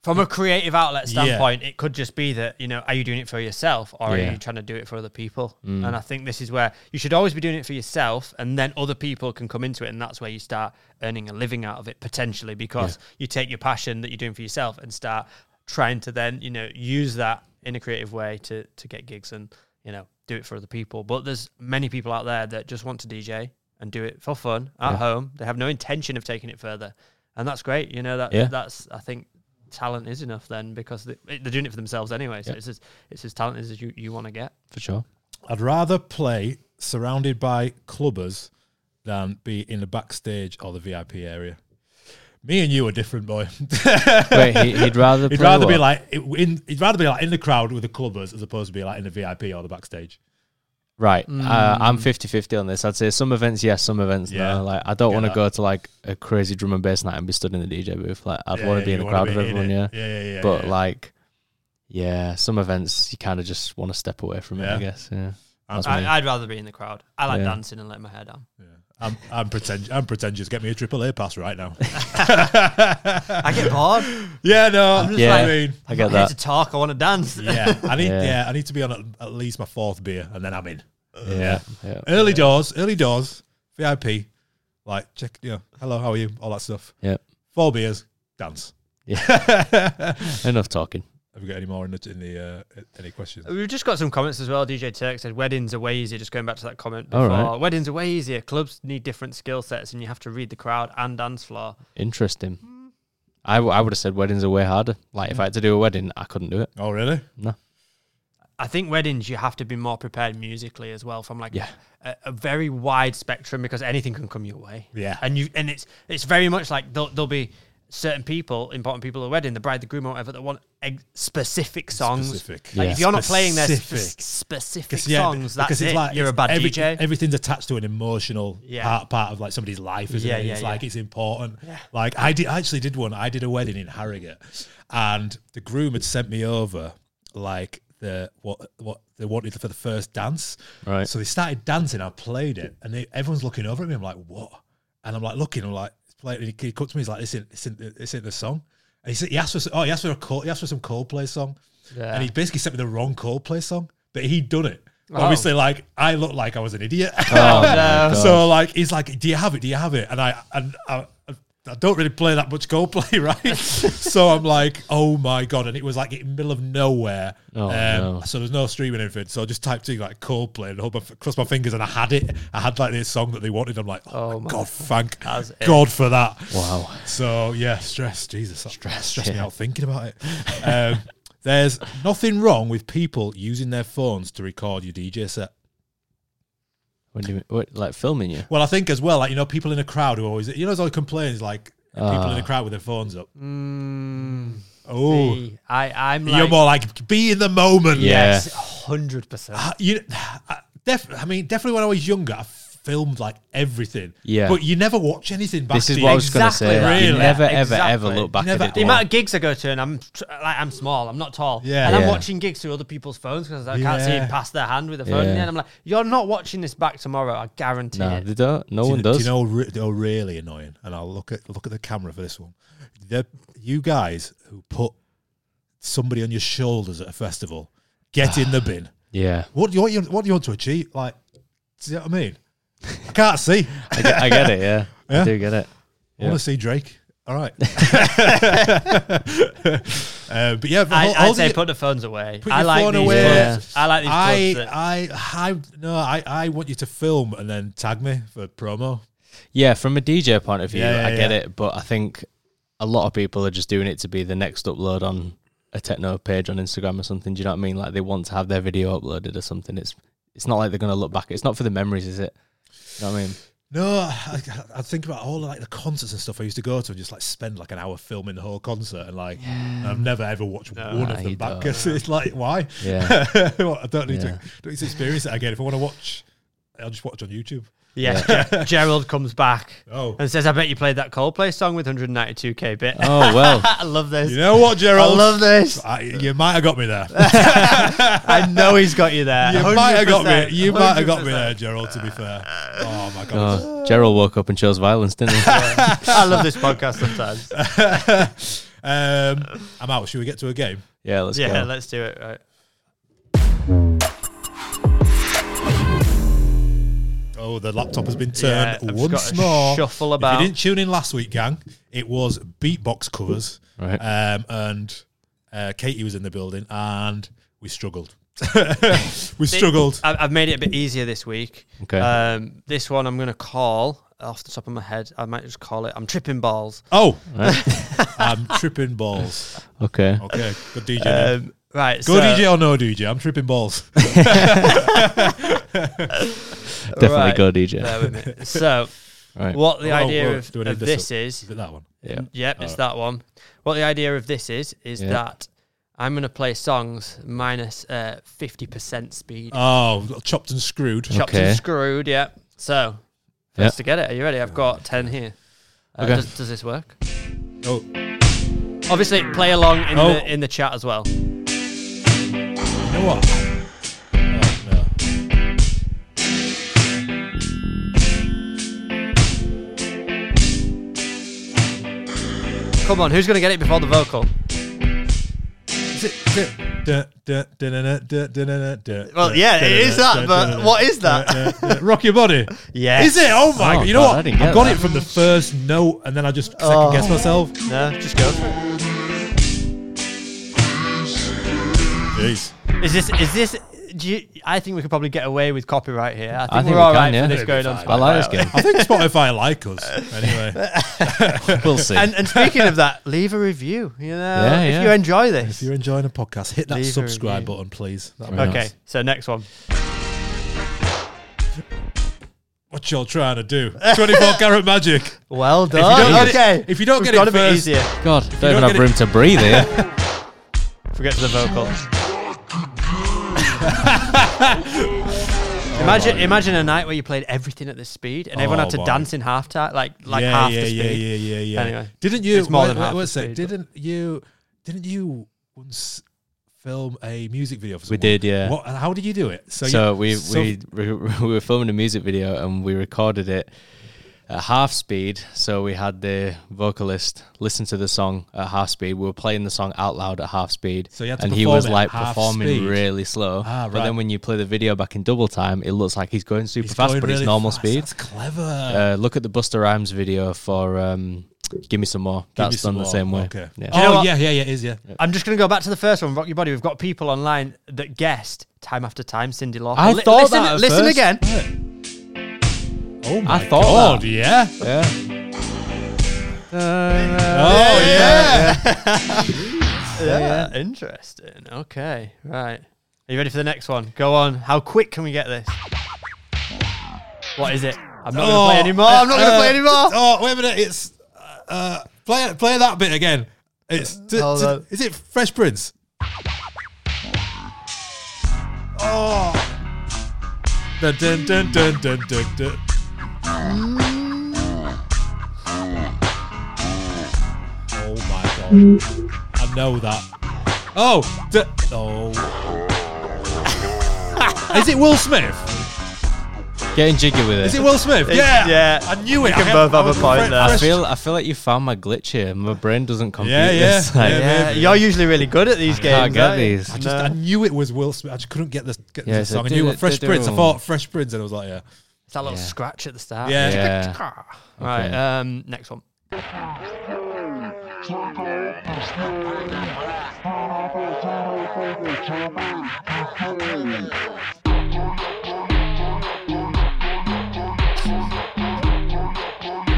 Speaker 4: From a creative outlet
Speaker 1: Yeah.
Speaker 4: standpoint, it could just be that, you know, are you doing it for yourself or are
Speaker 3: Yeah.
Speaker 4: you trying to do it for other people? And I think this is where you should always be doing it for yourself and then other people can come into it. And that's where you start earning a living out of it potentially because you take your passion that you're doing for yourself and start trying to then, you know, use that in a creative way to, to get gigs and, you know, do it for other people. But there's many people out there that just want to DJ and do it for fun at home. They have no intention of taking it further. And that's great. You know, that
Speaker 3: Yeah.
Speaker 4: that's I think talent is enough then because they, they're doing it for themselves anyway. So it's as it's as talented as you, you want to get.
Speaker 3: for sure.
Speaker 1: I'd rather play surrounded by clubbers than be in the backstage or the VIP area. Me and you are different, boy.
Speaker 3: Wait, he, he'd
Speaker 1: *laughs*
Speaker 3: rather.
Speaker 1: He'd
Speaker 3: play
Speaker 1: rather be
Speaker 3: what?
Speaker 1: like in. He'd rather be like in the crowd with the clubbers as opposed to be like in the VIP or the backstage.
Speaker 3: Right. Uh, I'm 50 50 on this. I'd say some events, yes, some events,
Speaker 1: Hmm. Yeah.
Speaker 3: no. Like, I don't
Speaker 1: Get
Speaker 3: want to
Speaker 1: that.
Speaker 3: go to like a crazy drum and bass night and be stood in the DJ booth. Like, I'd
Speaker 1: Yeah,
Speaker 3: want
Speaker 1: yeah,
Speaker 3: to be
Speaker 1: you
Speaker 3: in the
Speaker 1: wanna
Speaker 3: crowd
Speaker 1: be
Speaker 3: with
Speaker 1: in
Speaker 3: everyone,
Speaker 1: it.
Speaker 3: yeah.
Speaker 1: yeah, yeah, yeah.
Speaker 3: But
Speaker 1: yeah.
Speaker 3: like, yeah, some events you kind of just want to step away from it,
Speaker 1: Yeah.
Speaker 3: I guess. Yeah.
Speaker 1: I'm-
Speaker 3: That's me.
Speaker 4: I, I'd rather be in the crowd. I like
Speaker 3: Yeah.
Speaker 4: dancing and letting my hair down.
Speaker 1: I'm, I'm pretend. I'm pretentious. Get me a triple A pass right now.
Speaker 4: *laughs* I
Speaker 1: *laughs*
Speaker 4: get bored.
Speaker 1: yeah, no.
Speaker 4: *laughs* just
Speaker 1: yeah.
Speaker 4: like-
Speaker 1: I mean,
Speaker 3: I
Speaker 4: I'm
Speaker 3: get
Speaker 4: not here to
Speaker 3: that.
Speaker 4: talk. I want to dance.
Speaker 1: yeah. I need.
Speaker 3: Yeah.
Speaker 1: Yeah. I need to be on at, at least my fourth beer, and then I'm in.
Speaker 3: Yeah. yeah.
Speaker 1: Early doors. Early doors. VIP. Like check. You know, hello. How are you? All that stuff.
Speaker 3: Yeah.
Speaker 1: four beers, dance.
Speaker 3: Enough talking.
Speaker 1: Have we got any more in the, in the uh, any questions?
Speaker 4: We've just got some comments as well. DJ Turk said weddings are way easier. Just going back to that comment
Speaker 3: All
Speaker 4: before,
Speaker 3: right.
Speaker 4: weddings are way easier. Clubs need different skill sets, and you have to read the crowd and dance floor.
Speaker 3: Interesting.
Speaker 1: Hmm.
Speaker 3: I, w- I would have said weddings are way harder. Like, if I had to do a wedding, I couldn't do it.
Speaker 1: Oh, really?
Speaker 3: No.
Speaker 4: I think weddings you have to be more prepared musically as well from like
Speaker 3: Yeah.
Speaker 4: a, a very wide spectrum because anything can come your way.
Speaker 1: Yeah.
Speaker 4: and you and it's it's very much like there'll, there'll be certain people, important people at a wedding, the bride, the groom, or whatever, that want ex- specific songs.
Speaker 1: Specific.
Speaker 4: Like
Speaker 3: Yeah.
Speaker 4: if you're not playing their
Speaker 1: Specific.
Speaker 4: spe- specific
Speaker 1: yeah,
Speaker 4: songs, that's
Speaker 1: because it's
Speaker 4: it.
Speaker 1: like
Speaker 4: you're a
Speaker 1: it's
Speaker 4: bad
Speaker 1: every-
Speaker 4: DJ.
Speaker 1: Everything's attached to an emotional
Speaker 4: Yeah.
Speaker 1: part part of like somebody's life, isn't
Speaker 4: Yeah,
Speaker 1: it?
Speaker 4: yeah,
Speaker 1: It's like
Speaker 4: yeah.
Speaker 1: it's important. Like I did, I actually did one. I did a wedding in Harrogate, and the groom had sent me over like the what what they wanted for the first dance.
Speaker 3: Right.
Speaker 1: So they started dancing. I played it, and they, everyone's looking over at me. I'm like, what? And I'm like looking. I'm like, play it. And he, he comes to me. He's like, this isn't this isn't, the- this isn't the song. And he said, he asked for some- oh he asked for a Col- he asked for some Coldplay song,
Speaker 4: Yeah.
Speaker 1: and he basically sent me the wrong Coldplay song, but he'd done it.
Speaker 4: Oh.
Speaker 1: Obviously, like I looked like I was an idiot. *laughs*
Speaker 3: no.
Speaker 1: Uh, so like he's like, "Do you have it? Do you have it?" And I and I, I don't really play that much Coldplay, *laughs* right? so I'm like, "Oh my god!" And it was like in the middle of nowhere. Um,
Speaker 3: Oh, no.
Speaker 1: So there's no streaming anything. So I just typed in like Coldplay and hope I crossed my fingers and I had it. I had like this song that they wanted. I'm like, "Oh, my god, thank
Speaker 4: That's it.
Speaker 1: God for that."
Speaker 3: Wow.
Speaker 1: So yeah, stress. Jesus, stress. Stress me
Speaker 3: yeah.
Speaker 1: out thinking about it. Um, *laughs* there's nothing wrong with people using their phones to record your DJ set.
Speaker 3: What do you mean? What, like filming you?
Speaker 1: Well, I think as well, like you know, people in a crowd who always, you know, there's always complaints like people
Speaker 3: Ah.
Speaker 1: in a crowd with their phones up.
Speaker 4: Mm,
Speaker 1: Oh,
Speaker 4: see, I I'm
Speaker 1: you're
Speaker 4: like
Speaker 1: more like be in the moment.
Speaker 3: Yeah.
Speaker 4: yes, hundred percent.
Speaker 1: Uh, You, *sighs* I, def, I mean, definitely when I was younger, I filmed like everything.
Speaker 3: Yeah.
Speaker 1: but you never watch anything back.
Speaker 3: This is
Speaker 1: do
Speaker 3: what I
Speaker 1: you?
Speaker 3: was going to
Speaker 4: Exactly
Speaker 3: say.
Speaker 1: right.
Speaker 3: You
Speaker 1: Really?
Speaker 3: never,
Speaker 4: Yeah,
Speaker 3: ever, ever
Speaker 4: exactly.
Speaker 3: look back
Speaker 1: Never-
Speaker 3: at it.
Speaker 1: The
Speaker 4: The
Speaker 3: once.
Speaker 4: amount of gigs I go to, and I'm tr- like I'm small, I'm not tall,
Speaker 1: Yeah.
Speaker 4: and I'm
Speaker 3: Yeah.
Speaker 4: watching gigs through other people's phones because I can't
Speaker 1: Yeah.
Speaker 4: see past their hand with a phone.
Speaker 3: Yeah.
Speaker 4: And I'm like, you're not watching this back tomorrow. I guarantee
Speaker 3: No,
Speaker 4: it.
Speaker 3: they don't. No
Speaker 1: Do you-
Speaker 3: one
Speaker 1: Do
Speaker 3: does.
Speaker 1: you know, re- they're really annoying? And I'll look at look at the camera for this one. The you guys who put somebody on your shoulders at a festival, get
Speaker 3: *sighs*
Speaker 1: in the bin.
Speaker 3: yeah,
Speaker 1: What do you, what you what do you want to achieve? Like, do you know what I mean? I can't see.
Speaker 3: I get, I get it. Yeah.
Speaker 1: Yeah.
Speaker 3: I do get it.
Speaker 1: I want to see Drake. All right. *laughs* uh, but yeah,
Speaker 4: I,
Speaker 1: hold-
Speaker 4: I'd
Speaker 1: hold
Speaker 4: say
Speaker 1: it-
Speaker 4: put the phones away.
Speaker 1: Put
Speaker 4: I
Speaker 1: your
Speaker 4: like
Speaker 1: phone
Speaker 4: these
Speaker 1: away.
Speaker 4: clubs. I like these clubs
Speaker 1: I,
Speaker 4: that-
Speaker 1: I, I, no, I, I want you to film and then tag me for promo.
Speaker 3: Yeah, from a DJ point of view,
Speaker 1: Yeah, yeah,
Speaker 3: I get
Speaker 1: yeah.
Speaker 3: it, but I think a lot of people are just doing it to be the next upload on a techno page on Instagram or something. Do you know what I mean? Like they want to have their video uploaded or something. It's it's not like they're gonna look back. It's not for the memories, is it? You know what I mean?
Speaker 1: No, I, I think about all like the concerts and stuff I used to go to and just like spend like an hour filming the whole concert and like I've never ever watched one of
Speaker 3: Nah,
Speaker 1: them
Speaker 3: you
Speaker 1: back
Speaker 3: don't.
Speaker 1: because *laughs* it's like why? *laughs*
Speaker 3: Yeah.
Speaker 1: What, I don't need to
Speaker 3: Yeah.
Speaker 1: don't need to experience it again. If I want to watch, I'll just watch on YouTube.
Speaker 4: yeah, Ger- Gerald comes back
Speaker 1: Oh.
Speaker 4: and says, "I bet you played that Coldplay song with 192k bit."
Speaker 3: Oh well.
Speaker 4: *laughs* I love this.
Speaker 1: You know what, Gerald?
Speaker 4: I love this.
Speaker 1: I, you might have got me there.
Speaker 4: I know he's got you there.
Speaker 1: You might have got me.
Speaker 4: 100%,
Speaker 1: You might have got me
Speaker 4: 100%.
Speaker 1: there, Gerald. To be fair. Oh my god.
Speaker 3: *laughs* Oh, Gerald woke up and chose violence, didn't he?
Speaker 4: *laughs* I love this podcast sometimes.
Speaker 1: *laughs* Um, I'm out. Should we get to a game?
Speaker 3: Yeah, let's
Speaker 4: yeah,
Speaker 3: go.
Speaker 4: let's do it. Right.
Speaker 1: Oh, the laptop has been turned
Speaker 4: Yeah, I've
Speaker 1: once
Speaker 4: just gotta
Speaker 1: more.
Speaker 4: shuffle
Speaker 1: If
Speaker 4: about.
Speaker 1: you didn't tune in last week, gang, it was beatbox covers.
Speaker 3: Right.
Speaker 1: Um, and uh, Katie was in the building, and we
Speaker 4: *laughs*
Speaker 1: struggled. we struggled.
Speaker 4: I- I've made it a bit easier this week.
Speaker 3: Okay.
Speaker 4: Um, this one I'm going to call off the top of my head. I might just call it I'm tripping balls.
Speaker 1: Oh, *laughs* I'm tripping balls.
Speaker 3: Okay.
Speaker 1: Okay, good DJ. name.
Speaker 4: Um, right.
Speaker 1: Go
Speaker 4: so,
Speaker 1: DJ or no DJ, I'm tripping balls.
Speaker 3: Definitely
Speaker 4: right,
Speaker 3: go DJ.
Speaker 4: bear with
Speaker 3: *laughs*
Speaker 4: me. So,
Speaker 3: Right.
Speaker 4: what the
Speaker 1: Oh,
Speaker 4: idea
Speaker 1: whoa,
Speaker 4: of,
Speaker 1: do I need
Speaker 4: of
Speaker 1: this
Speaker 4: this
Speaker 1: up?
Speaker 4: is.
Speaker 1: Is it that one?
Speaker 3: Yeah.
Speaker 4: Yep, it's that one. What the idea of this is, is
Speaker 3: Yeah.
Speaker 4: that I'm going to play songs minus uh, 50% speed.
Speaker 1: Oh, chopped and screwed.
Speaker 4: Chopped
Speaker 3: okay.
Speaker 4: and screwed, yeah. So,
Speaker 3: Yeah.
Speaker 4: first to get it. Are you ready? I've got 10 here. Uh,
Speaker 3: Okay.
Speaker 4: does, does this work?
Speaker 1: Oh,
Speaker 4: Obviously, play along in,
Speaker 1: Oh.
Speaker 4: the, in the chat as well.
Speaker 1: you know what? Oh, no.
Speaker 4: Come on, who's going to get it before the vocal?
Speaker 1: Is it- is it- duh, duh, duh, duh, duh, duh, duh, duh, duh,
Speaker 4: Well,
Speaker 1: duh,
Speaker 4: yeah,
Speaker 1: duh,
Speaker 4: it
Speaker 1: duh,
Speaker 4: is
Speaker 1: duh,
Speaker 4: that,
Speaker 1: duh,
Speaker 4: but
Speaker 1: duh, duh,
Speaker 4: what
Speaker 1: duh,
Speaker 4: is that?
Speaker 1: duh, duh, duh. *laughs* Rock your body.
Speaker 4: Yes.
Speaker 1: Is it? Oh my
Speaker 3: Oh,
Speaker 1: god! You know
Speaker 3: God,
Speaker 1: what?
Speaker 3: I
Speaker 1: I,
Speaker 3: didn't get
Speaker 1: got
Speaker 3: that.
Speaker 1: it from the first note, and then I just second
Speaker 4: Oh.
Speaker 1: guessed myself.
Speaker 4: No, just go for it.
Speaker 1: Jeez.
Speaker 4: Is this, is this, do you, I think we could probably get away with copyright here. I think,
Speaker 3: think we
Speaker 4: we're all
Speaker 3: can,
Speaker 4: right
Speaker 3: yeah.
Speaker 4: for this
Speaker 3: It'll
Speaker 4: going
Speaker 1: be
Speaker 4: on.
Speaker 1: fine.
Speaker 3: I like this game.
Speaker 1: I think Spotify like us
Speaker 4: *laughs*
Speaker 1: anyway.
Speaker 3: We'll see.
Speaker 4: And, and speaking of that, leave a review. You know,
Speaker 3: Yeah,
Speaker 4: if
Speaker 3: yeah.
Speaker 4: you enjoy this.
Speaker 1: If you're enjoying the podcast, hit that
Speaker 4: Leave a
Speaker 1: subscribe
Speaker 4: review.
Speaker 1: button, please. That'd be
Speaker 3: Right.
Speaker 4: okay,
Speaker 3: Nice.
Speaker 4: so next one.
Speaker 1: What y'all trying to do? *laughs* 24 karat magic. If
Speaker 4: Well
Speaker 1: you don't
Speaker 4: done.
Speaker 1: get it-
Speaker 4: okay.
Speaker 1: if you don't
Speaker 4: We've
Speaker 1: get
Speaker 4: got
Speaker 1: it
Speaker 4: a bit
Speaker 1: first,
Speaker 4: easier.
Speaker 3: God, don't
Speaker 1: don't
Speaker 3: even have
Speaker 1: get it-
Speaker 3: room to breathe here. *laughs*
Speaker 4: Forget the *laughs* vocal. imagine, imagine a night where you played everything at this speed, and everyone
Speaker 1: Oh,
Speaker 4: had to
Speaker 1: my.
Speaker 4: dance in half time, like like
Speaker 1: yeah,
Speaker 4: half
Speaker 1: yeah,
Speaker 4: the speed.
Speaker 1: yeah, yeah, yeah, yeah.
Speaker 4: Anyway,
Speaker 1: didn't you?
Speaker 4: it's more
Speaker 1: wait,
Speaker 4: than
Speaker 1: wait,
Speaker 4: half
Speaker 1: wait
Speaker 4: the
Speaker 1: a sec,
Speaker 4: speed, but-
Speaker 1: Didn't you? Didn't you once film a music video for?
Speaker 3: We
Speaker 1: Someone?
Speaker 3: did, yeah.
Speaker 1: What, and how did you do it?
Speaker 3: So
Speaker 1: you-
Speaker 3: we
Speaker 1: so-
Speaker 3: we we were filming a music video and we recorded it at half speed. So we had the vocalist listen to the song at half speed. We were playing the song out loud at half speed.
Speaker 1: So you had to
Speaker 3: and he
Speaker 1: perform
Speaker 3: was
Speaker 1: it at
Speaker 3: like
Speaker 1: half
Speaker 3: performing
Speaker 1: speed.
Speaker 3: really slow.
Speaker 1: Ah,
Speaker 3: But
Speaker 1: right.
Speaker 3: then when you play the video back in double time, it looks like he's going super
Speaker 1: he's
Speaker 3: fast,
Speaker 1: going
Speaker 3: but
Speaker 1: really
Speaker 3: it's normal
Speaker 1: fast.
Speaker 3: speed.
Speaker 1: That's clever.
Speaker 3: Uh, look at the Buster Rhymes video for um, "Give Me Some More."
Speaker 1: Give me
Speaker 3: That's
Speaker 1: some
Speaker 3: done the
Speaker 1: more.
Speaker 3: same way.
Speaker 1: Okay.
Speaker 3: Yeah.
Speaker 1: Oh
Speaker 4: you know what?
Speaker 1: yeah, yeah, yeah. It is yeah.
Speaker 4: I'm just gonna go back to the first one, Rock Your Body. We've got people online that guessed time after time Cindy Lauper.
Speaker 3: I thought
Speaker 4: listen,
Speaker 3: that at
Speaker 4: listen
Speaker 3: first.
Speaker 4: again.
Speaker 1: Oh my
Speaker 3: thought
Speaker 1: god.
Speaker 3: that.
Speaker 1: Yeah.
Speaker 3: Yeah.
Speaker 1: Oh yeah.
Speaker 4: Yeah, Ah, interesting. Okay, right. Are you ready for the next one? Go on. How quick can we get this? What is it? I'm not
Speaker 3: Oh,
Speaker 4: gonna play anymore. I'm not gonna
Speaker 1: uh,
Speaker 4: play anymore.
Speaker 1: *laughs* Oh wait a minute. It's uh, play play that bit again. It's t-
Speaker 4: Hold
Speaker 1: t-
Speaker 4: on.
Speaker 1: is it Fresh Prince? Oh. Dun, dun, dun, dun, dun, dun, dun. Oh my god! I know that. Oh, d- oh. *laughs* Is it Will Smith?
Speaker 3: Getting jiggy with it.
Speaker 1: Is it Will Smith?
Speaker 4: It's-
Speaker 1: yeah,
Speaker 4: yeah.
Speaker 1: I knew it.
Speaker 4: You can
Speaker 1: I
Speaker 4: both
Speaker 1: I
Speaker 4: have a
Speaker 1: was
Speaker 4: point
Speaker 1: afraid-
Speaker 4: there. I
Speaker 3: I
Speaker 1: fresh-
Speaker 3: feel I feel like you found my glitch here. My brain doesn't compute
Speaker 1: Yeah, yeah,
Speaker 3: this. *laughs* Like,
Speaker 1: yeah,
Speaker 4: Yeah,
Speaker 1: maybe.
Speaker 4: you're usually really good at these games. eh?
Speaker 3: can't get
Speaker 4: aren't you?
Speaker 3: these. I
Speaker 1: I just I knew it was Will Smith. I just couldn't get this get
Speaker 3: Yeah,
Speaker 1: this
Speaker 3: so
Speaker 1: song. I
Speaker 3: do
Speaker 1: knew it
Speaker 3: the-
Speaker 1: was Fresh
Speaker 3: do the
Speaker 1: Prince. I
Speaker 3: one.
Speaker 1: thought Fresh Prince, and I was like, yeah,
Speaker 4: It's that little
Speaker 3: Yeah.
Speaker 4: scratch at the start.
Speaker 1: yeah.
Speaker 3: yeah.
Speaker 4: Right.
Speaker 3: Okay.
Speaker 4: Um. Next one.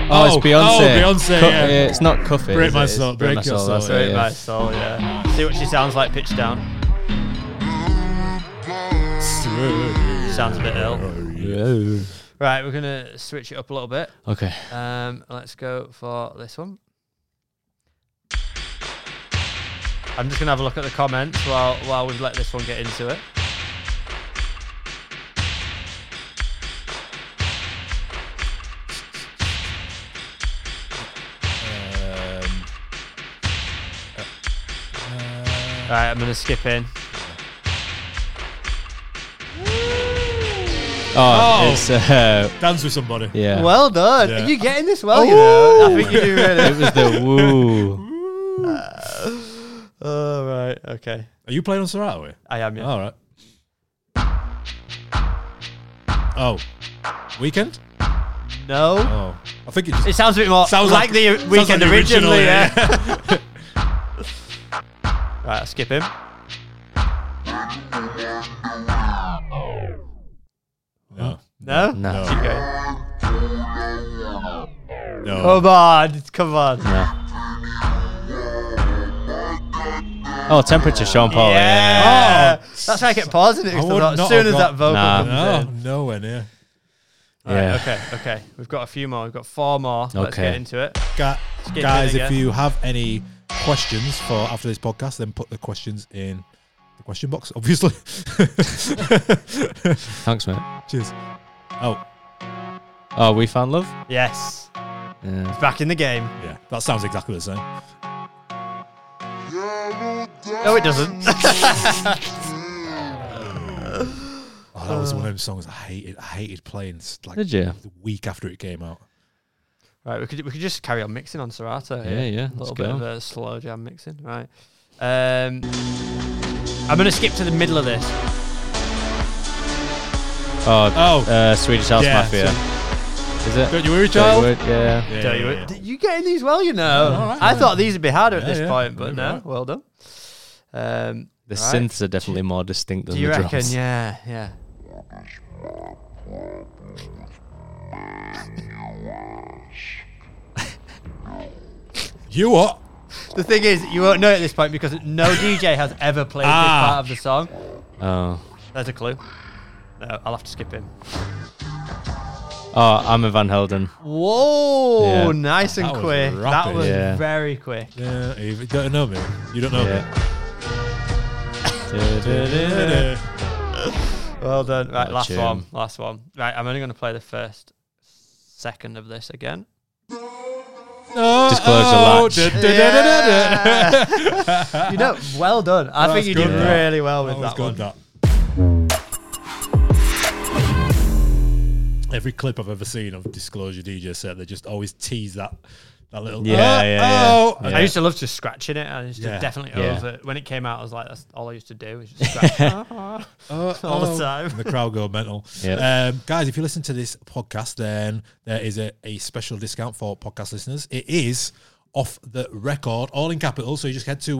Speaker 3: Oh,
Speaker 1: Oh,
Speaker 3: it's Beyonce.
Speaker 1: oh, Beyonce,
Speaker 3: Cu-
Speaker 1: yeah.
Speaker 3: It's not Cuff It.
Speaker 1: Break
Speaker 3: is
Speaker 1: My
Speaker 3: it? It's
Speaker 1: Soul, Break
Speaker 3: My
Speaker 1: Your
Speaker 3: Soul,
Speaker 1: Soul,
Speaker 3: that's it,
Speaker 4: Very
Speaker 3: yeah.
Speaker 4: nice soul. eh, Yeah. See what she sounds like pitch down. Sounds a bit ill. Right. We're gonna switch it up a little bit.
Speaker 3: Okay.
Speaker 4: Um. Let's go for this one. I'm just gonna have a look at the comments while while we let this one get into it.
Speaker 1: Um, uh,
Speaker 4: Right. I'm gonna skip in.
Speaker 3: Oh, it's uh,
Speaker 1: dance with somebody.
Speaker 3: yeah.
Speaker 4: Well done.
Speaker 1: Yeah.
Speaker 4: Are you getting this well? You know. I think you do really. *laughs*
Speaker 3: it was the woo.
Speaker 4: Oh right. Okay.
Speaker 1: Are you playing on Serato?
Speaker 4: I am. Yeah.
Speaker 1: All right. Oh, weekend.
Speaker 4: No.
Speaker 1: Oh, I think it just
Speaker 4: It sounds a bit more
Speaker 1: Sounds
Speaker 4: like,
Speaker 1: like-
Speaker 4: the
Speaker 1: sounds
Speaker 4: weekend
Speaker 1: like the original,
Speaker 4: originally.
Speaker 1: yeah.
Speaker 4: Yeah.
Speaker 1: *laughs*
Speaker 4: right, I'll skip him.
Speaker 1: no,
Speaker 4: No.
Speaker 3: No.
Speaker 1: No.
Speaker 4: Keep going.
Speaker 1: no.
Speaker 4: Come on, come on.
Speaker 3: Oh, temperature, Sean Paul. Yeah.
Speaker 4: Yeah. That's why I kept pausing it. 'cause
Speaker 1: Oh. I
Speaker 4: I
Speaker 1: would
Speaker 4: thought
Speaker 1: not
Speaker 4: as soon
Speaker 1: have
Speaker 4: as
Speaker 1: got-
Speaker 4: that vocal
Speaker 3: Nah.
Speaker 4: comes
Speaker 1: no,
Speaker 4: in.
Speaker 1: Oh, nowhere near.
Speaker 4: Right,
Speaker 3: Yeah.
Speaker 4: Okay. Okay. We've got a few more. We've got four more. Let's get
Speaker 3: Okay.
Speaker 4: into it.
Speaker 1: Ga-
Speaker 4: it
Speaker 1: guys, if
Speaker 4: again.
Speaker 1: you have any questions for after this podcast, then put the questions in the question box, obviously. *laughs*
Speaker 3: Thanks, mate.
Speaker 1: Cheers. Oh,
Speaker 3: Oh, we found love.
Speaker 4: Yes.
Speaker 3: Yeah.
Speaker 4: Back in the game.
Speaker 1: yeah, that sounds exactly the same.
Speaker 4: No, it doesn't.
Speaker 1: Oh, that was one of them songs I hated. I hated playing s- like
Speaker 3: Did you?
Speaker 1: the week after it came out.
Speaker 4: right. We could we could just carry on mixing on Serato.
Speaker 3: Yeah, yeah,
Speaker 4: A
Speaker 3: let's
Speaker 4: little bit
Speaker 3: go.
Speaker 4: of a slow jam mixing. Right. Um. I'm gonna skip to the middle of this.
Speaker 3: Oh.
Speaker 1: Oh.
Speaker 3: Uh, Swedish House
Speaker 1: Yeah,
Speaker 3: Mafia. Is it?
Speaker 1: Don't you worry, child.
Speaker 3: Dirty Word, Yeah.
Speaker 1: Yeah,
Speaker 4: Tell
Speaker 1: yeah,
Speaker 4: you,
Speaker 1: yeah.
Speaker 4: what, did you getting these well, you know.
Speaker 1: all right.
Speaker 4: I thought these would be harder at
Speaker 1: Yeah,
Speaker 4: this
Speaker 1: yeah.
Speaker 4: point, but
Speaker 1: Yeah,
Speaker 4: no,
Speaker 1: right.
Speaker 4: well done. Um,
Speaker 3: The
Speaker 4: Right.
Speaker 3: synths are definitely more distinct than
Speaker 4: Do you
Speaker 3: the
Speaker 4: reckon?
Speaker 3: drums.
Speaker 4: Yeah, yeah.
Speaker 1: You what?
Speaker 4: The thing is, you won't know at this point because
Speaker 3: *laughs*
Speaker 4: no DJ has ever played
Speaker 1: Ah.
Speaker 4: this part of the song.
Speaker 3: Oh.
Speaker 4: There's a clue. No, I'll have to skip him.
Speaker 3: Oh, I'm a Van Helden. Yeah.
Speaker 4: Whoa, nice and
Speaker 1: That was
Speaker 4: quick. that
Speaker 1: rapid.
Speaker 4: was
Speaker 3: Yeah.
Speaker 4: very quick.
Speaker 1: Yeah, if you don't know me. You don't know me.
Speaker 3: Yeah.
Speaker 4: Well done. Right,
Speaker 3: What a
Speaker 4: last
Speaker 3: tune.
Speaker 4: one. Last one. Right, I'm only going to play the first second of this again.
Speaker 3: Disclosure
Speaker 4: Oh,
Speaker 3: latch.
Speaker 1: Oh,
Speaker 4: you know, well done. I
Speaker 1: That
Speaker 4: think
Speaker 1: was
Speaker 4: you
Speaker 1: good,
Speaker 4: did
Speaker 1: that.
Speaker 4: really well with
Speaker 1: That was
Speaker 4: that, one.
Speaker 1: good. That. Every clip I've ever seen of Disclosure DJ set, they just always tease that that little
Speaker 3: Yeah,
Speaker 1: "Ah,
Speaker 3: yeah, yeah.
Speaker 1: oh,
Speaker 3: Yeah.
Speaker 4: I used to love just scratching it. I used to
Speaker 1: Yeah.
Speaker 4: definitely
Speaker 3: Yeah.
Speaker 4: over when it came out. I was like, that's all I used to do was just *laughs* scratch.
Speaker 1: oh,
Speaker 4: *laughs* All the
Speaker 1: oh."
Speaker 4: time.
Speaker 1: And the crowd go mental.
Speaker 3: Yeah.
Speaker 1: Um, guys, if you listen to this podcast, then there is a, a special discount for podcast listeners. It is off the record, all in capital. So you just head to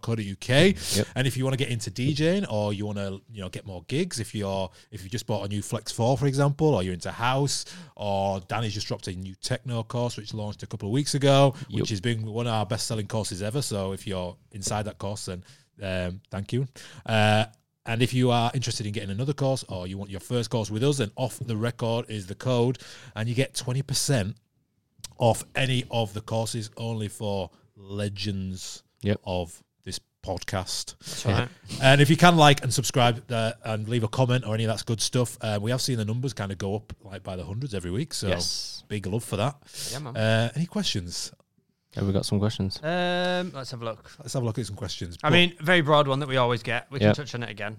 Speaker 1: wearecrossfader.co.uk.
Speaker 3: Yep.
Speaker 1: And if you want to get into DJing or you want to, you know, get more gigs, if you're if you just bought a new Flex 4, for example, or you're into house, or Danny's just dropped a new techno course which launched a couple of weeks ago, which
Speaker 3: Yep.
Speaker 1: has been one of our best selling courses ever. So if you're inside that course, then um, thank you. Uh, and if you are interested in getting another course or you want your first course with us, then off the record is the code, and you get 20% off any of the courses only for legends
Speaker 3: Yep.
Speaker 1: of this podcast.
Speaker 4: right.
Speaker 1: And if you can like and subscribe uh, and leave a comment or any of that's good stuff, uh, we have seen the numbers kind of go up like by the hundreds every week. So
Speaker 4: Yes.
Speaker 1: big love for that.
Speaker 4: Yeah, man.
Speaker 1: Uh, any questions?
Speaker 3: Have we got some questions?
Speaker 4: Um, let's have a look.
Speaker 1: Let's have a look at some questions.
Speaker 4: I
Speaker 1: But-
Speaker 4: mean, very broad one that we always get. We
Speaker 3: Yeah.
Speaker 4: can touch on it *laughs* again.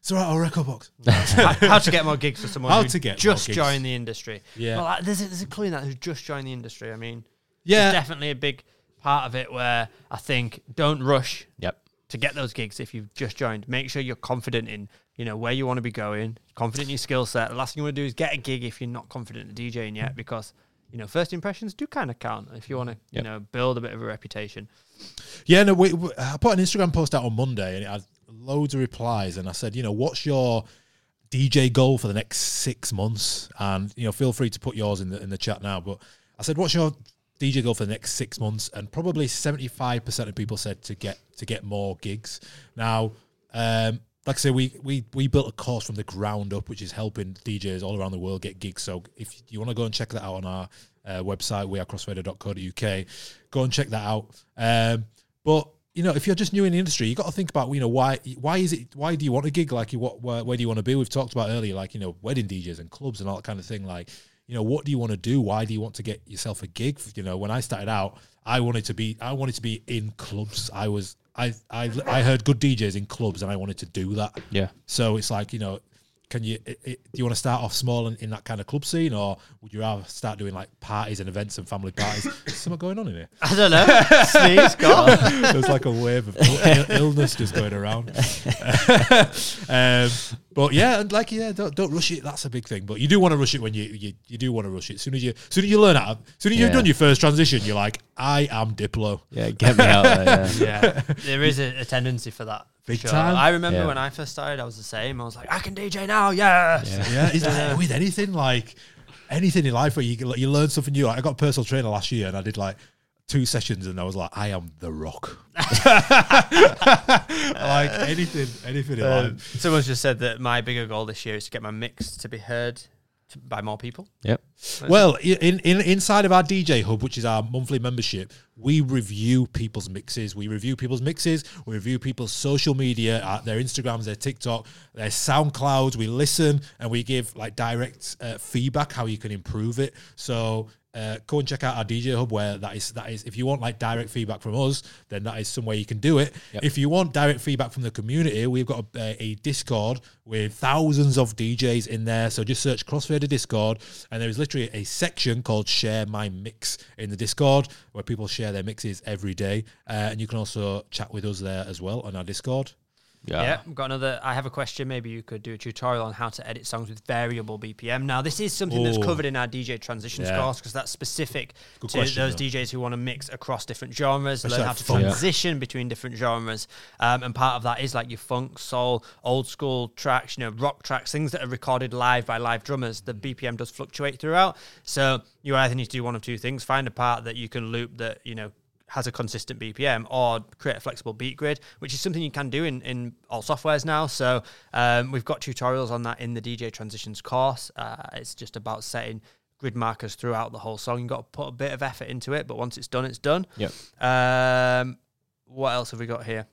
Speaker 1: it's all right, our record box.
Speaker 4: how, how to get more gigs for someone
Speaker 1: How
Speaker 4: who
Speaker 1: to get more
Speaker 4: just
Speaker 1: gigs.
Speaker 4: joined the industry.
Speaker 1: Yeah.
Speaker 4: Well, like, there's, a, there's a clue in that who just joined the industry. I mean, there's
Speaker 1: Yeah.
Speaker 4: definitely a big part of it where I think don't rush
Speaker 3: Yep.
Speaker 4: to get those gigs if you've just joined. Make sure you're confident in you know where you want to be going, confident in your skill set. The last thing you want to do is get a gig if you're not confident in DJing yet, because you know first impressions do kind of count if you want to you
Speaker 3: Yep.
Speaker 4: know build a bit of a reputation.
Speaker 1: Yeah, no, we, we, I put an Instagram post out on Monday and it had loads of replies. And I said, you know, what's your DJ goal for the next six months? And you know, feel free to put yours in the in the chat now. But I said, what's your DJ goal for the next six months? And probably seventy five percent of people said to get to get more gigs. Now, um, like I say, we we we built a course from the ground up, which is helping DJs all around the world get gigs. So if you want to go and check that out on our uh, website, wearecrossfader.co.uk, go and check that out. Um, but you know, if you're just new in the industry, you got to think about you know why why is it why do you want a gig like you what where, where do you want to be? We've talked about earlier, like you know, wedding DJs and clubs and all that kind of thing. Like you know, what do you want to do? Why do you want to get yourself a gig? You know, when I started out, I wanted to be I wanted to be in clubs. I was I I I heard good DJs in clubs, and I wanted to do that.
Speaker 3: Yeah.
Speaker 1: So it's like you know, can you i i do you want to start off small in, in that kind of club scene, or would you rather start doing like parties and events and family parties? Is something going on in here?
Speaker 4: I don't know. *laughs* Sneeze, God.
Speaker 1: There's like a wave of Ill- Ill- illness just going around. *laughs* um, but yeah, and like yeah, don't, don't rush it. That's a big thing. But you do want to rush it when you you, you do want to rush it. As soon as you soon as you learn how, soon as you've
Speaker 3: Yeah.
Speaker 1: done your first transition, you're like, I am Diplo.
Speaker 3: Yeah, get me out there. Yeah.
Speaker 4: yeah, there is a, a tendency for that. for
Speaker 1: Big
Speaker 4: sure.
Speaker 1: time.
Speaker 4: I remember
Speaker 3: Yeah.
Speaker 4: when I first started, I was the same. I was like, I can DJ now, yes. yeah.
Speaker 1: Yeah, is that with anything like anything in life where you you learn something new? Like, I got a personal trainer last year, and I did like two sessions, and I was like, I am the Rock. *laughs* like anything, anything in
Speaker 3: Um,
Speaker 1: life.
Speaker 4: Someone's just said that my bigger goal this year is to get my mix to be heard to, by more people.
Speaker 3: *laughs* Yep.
Speaker 1: Well, i- in, in inside of our DJ Hub, which is our monthly membership, we review people's mixes. We review people's mixes. We review people's social media, uh, their Instagrams, their TikTok, their SoundClouds. We listen and we give like direct uh, feedback how you can improve it. So. Uh, go and check out our DJ Hub where that is that is if you want like direct feedback from us, then that is some way you can do it. If you want direct feedback from the community, we've got a, a Discord with thousands of DJs in there. So just search Crossfader Discord, and there is literally a section called Share My Mix in the Discord where people share their mixes every day. Uh, and you can also chat with us there as well on our Discord.
Speaker 3: Yeah.
Speaker 4: Yeah, I've got another. I have a question. Maybe you could do a tutorial on how to edit songs with variable BPM. Now, this is something that's
Speaker 1: Ooh.
Speaker 4: covered in our DJ transitions
Speaker 1: Yeah.
Speaker 4: course because that's specific
Speaker 1: Good
Speaker 4: to
Speaker 1: question,
Speaker 4: those
Speaker 1: though.
Speaker 4: DJs who want to mix across different genres,
Speaker 1: Especially
Speaker 4: learn how
Speaker 1: like
Speaker 4: to
Speaker 1: funk. Yeah.
Speaker 4: transition between different genres. Um, and part of that is like your funk, soul, old school tracks, you know, rock tracks, things that are recorded live by live drummers. The BPM does fluctuate throughout. So you either need to do one of two things find a part that you can loop that, you know, has a consistent BPM or create a flexible beat grid, which is something you can do in, in all softwares now. So um, we've got tutorials on that in the DJ Transitions course. Uh, it's just about setting grid markers throughout the whole song. You've got to put a bit of effort into it, but once it's done, it's done.
Speaker 3: Yep.
Speaker 4: Um, what else have we got here?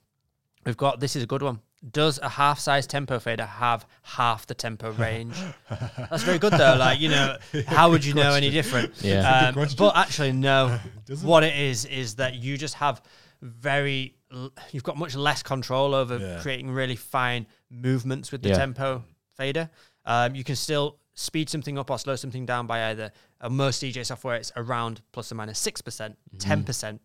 Speaker 4: We've got this is a good one. Does a half size tempo fader have half the *laughs* tempo range? That's very *laughs* good though. Like you know, how would you know any different?
Speaker 3: Yeah.
Speaker 4: Um, but actually, *laughs* no. what it is is that you just have very l- you've got much less control over
Speaker 1: Yeah.
Speaker 4: creating really fine movements with the
Speaker 3: Yeah.
Speaker 4: tempo fader. Um, you can still speed something up or slow something down by either. Uh, most DJ software it's around plus or minus six percent,
Speaker 3: Mm-hmm.
Speaker 4: ten percent,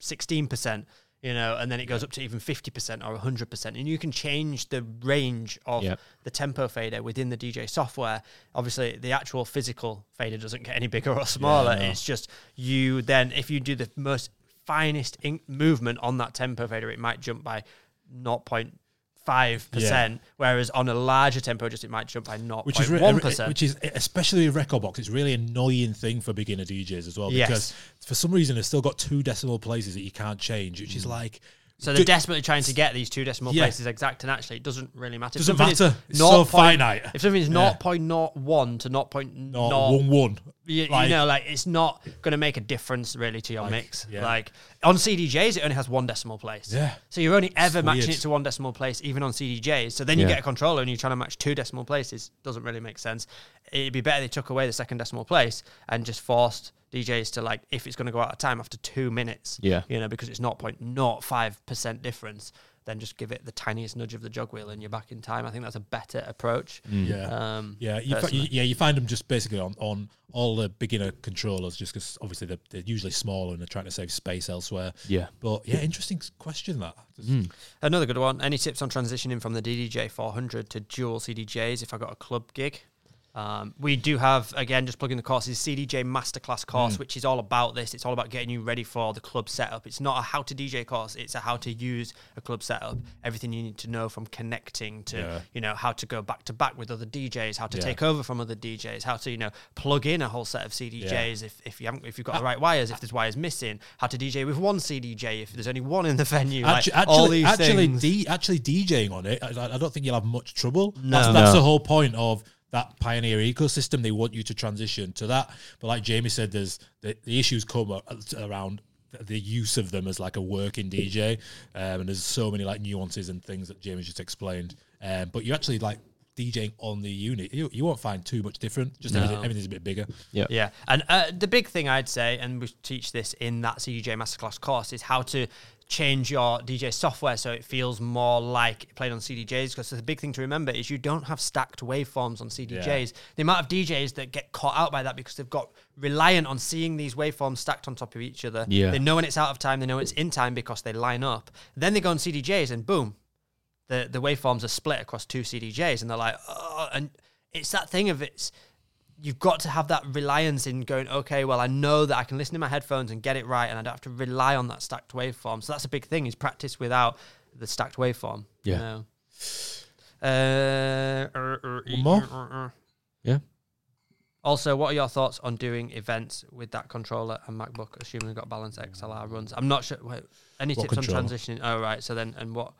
Speaker 4: sixteen percent. You know, and then it goes up to even fifty percent or hundred percent, and you can change the range of
Speaker 3: Yep.
Speaker 4: the tempo fader within the DJ software. Obviously, the actual physical fader doesn't get any bigger or smaller. It's just you then, if you do the most finest in- movement on that tempo fader, it might jump by 0.5%, whereas on a larger tempo, just it might jump by 0.1%.
Speaker 1: which is re- which is especially with record box. It's really annoying thing for beginner DJs as well
Speaker 4: Yes.
Speaker 1: because for some reason it's still got two decimal places that you can't change, which is like
Speaker 4: Mm. so
Speaker 1: do-
Speaker 4: they're desperately trying to get these two decimal
Speaker 1: Yeah.
Speaker 4: places exact, and actually, it doesn't really matter. If
Speaker 1: Doesn't
Speaker 4: something is
Speaker 1: matter. It's so
Speaker 4: 0.0
Speaker 1: finite.
Speaker 4: If something is
Speaker 1: Yeah.
Speaker 4: 0.01 to 0.01,
Speaker 1: not oh, one one.
Speaker 4: you,
Speaker 1: Like-
Speaker 4: you know, like it's not going to make a difference really to your mix.
Speaker 1: yeah.
Speaker 4: Like on CDJs, it only has one decimal place.
Speaker 1: Yeah.
Speaker 4: So you're only ever matching
Speaker 1: weird.
Speaker 4: it to one decimal place, even on CDJs. So then you
Speaker 3: Yeah.
Speaker 4: get a controller and you're trying to match two decimal places. Doesn't really make sense. It'd be better they took away the second decimal place and just forced DJs to like, if it's going to go out of time after two minutes,
Speaker 3: Yeah.
Speaker 4: you know, because it's 0.05% difference, then just give it the tiniest nudge of the jog wheel and you're back in time. I think that's a better approach.
Speaker 3: Mm.
Speaker 1: Yeah,
Speaker 4: Um,
Speaker 1: yeah, you fi-
Speaker 4: personally.
Speaker 1: yeah. You find them just basically on, on all the beginner controllers, just because obviously they're, they're usually smaller and they're trying to save space elsewhere.
Speaker 3: Yeah.
Speaker 1: but yeah, interesting question that.
Speaker 4: Another good one. Any tips on transitioning from the DDJ 400 to dual CDJs if I got a club gig? Um, we do have, again, just plugging the courses, CDJ Masterclass course,
Speaker 1: Mm.
Speaker 4: which is all about this. It's all about getting you ready for the club setup. It's not a how to DJ course, it's a how to use a club setup. Everything you need to know from connecting to,
Speaker 1: Yeah.
Speaker 4: you know, how to go back to back with other DJs, how to
Speaker 1: Yeah.
Speaker 4: take over from other DJs, how to, you know, plug in a whole set of CDJs if, if you haven't, if you've
Speaker 1: Ah.
Speaker 4: got the right wires, if there's wires missing, how to DJ with one CDJ if there's only one in the venue. like,
Speaker 1: Actu-
Speaker 4: all these
Speaker 1: actually,
Speaker 4: things.
Speaker 1: D, actually DJing on it, I, I don't think you'll have much trouble.
Speaker 4: No.
Speaker 1: that's, that's
Speaker 3: No.
Speaker 1: the whole point of that pioneer ecosystem. They want you to transition to that, but like Jamie said, there's the, the issues come a- around the use of them as like a working DJ, um, and there's so many like nuances and things that Jamie just explained. Um, but you actually like DJing on the unit, you, you won't find too much different. Just everything, everything's a bit bigger.
Speaker 3: Yeah.
Speaker 4: Yeah. And uh, the big thing I'd say, and we teach this in that CDJ Masterclass course, is how to change your DJ software so it feels more like playing on CDJs. Because the big thing to remember is you don't have stacked waveforms on CDJs. The amount of DJs that get caught out by that because they've got reliant on seeing these waveforms stacked on top of each other.
Speaker 3: Yeah.
Speaker 4: They know when it's out of time, they know it's in time because they line up. Then they go on CDJs and boom, the the waveforms are split across two CDJs, and they're like, oh, and it's that thing of it's you've got to have that reliance in going, okay, well, I know that I can listen to my headphones and get it right, and I don't have to rely on that stacked waveform. So that's a big thing is practice without the stacked waveform. you
Speaker 3: Yeah.
Speaker 4: know. Uh, er, er, e-
Speaker 1: more?
Speaker 4: er, er, er.
Speaker 3: Yeah.
Speaker 4: Also, what are your thoughts on doing events with that controller and MacBook, assuming we've got balanced XLR runs? I'm not sure. Wait, any
Speaker 1: What
Speaker 4: tips
Speaker 1: controller?
Speaker 4: on transitioning? Oh, right. So then, and what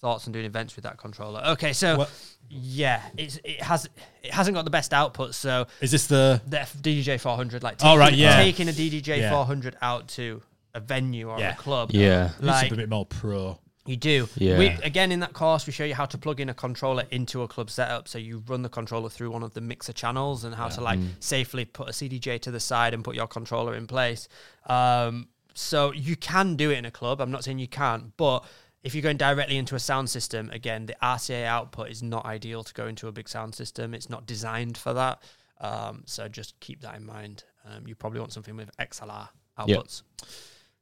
Speaker 4: thoughts on doing events with that controller? Okay, so
Speaker 1: What-
Speaker 4: yeah, it's, it has it hasn't got the best output. So
Speaker 1: Is this the
Speaker 4: the F- DDJ 400, like
Speaker 1: Oh,
Speaker 4: taking,
Speaker 1: right, yeah.
Speaker 4: taking a DDJ
Speaker 1: Yeah.
Speaker 4: 400 out to a venue or
Speaker 1: Yeah.
Speaker 4: a club,
Speaker 3: Yeah.
Speaker 1: like,
Speaker 4: like
Speaker 1: a bit more pro?
Speaker 4: you do.
Speaker 3: Yeah.
Speaker 4: We, again, in that course, we show you how to plug in a controller into a club setup. So you run the controller through one of the mixer channels and how to like
Speaker 3: Mm.
Speaker 4: safely put a CDJ to the side and put your controller in place. Um, so you can do it in a club. I'm not saying you can't, but if you're going directly into a sound system, again, the RCA output is not ideal to go into a big sound system. It's not designed for that. Um, so just keep that in mind. Um, you probably want something with XLR outputs.
Speaker 3: Yep.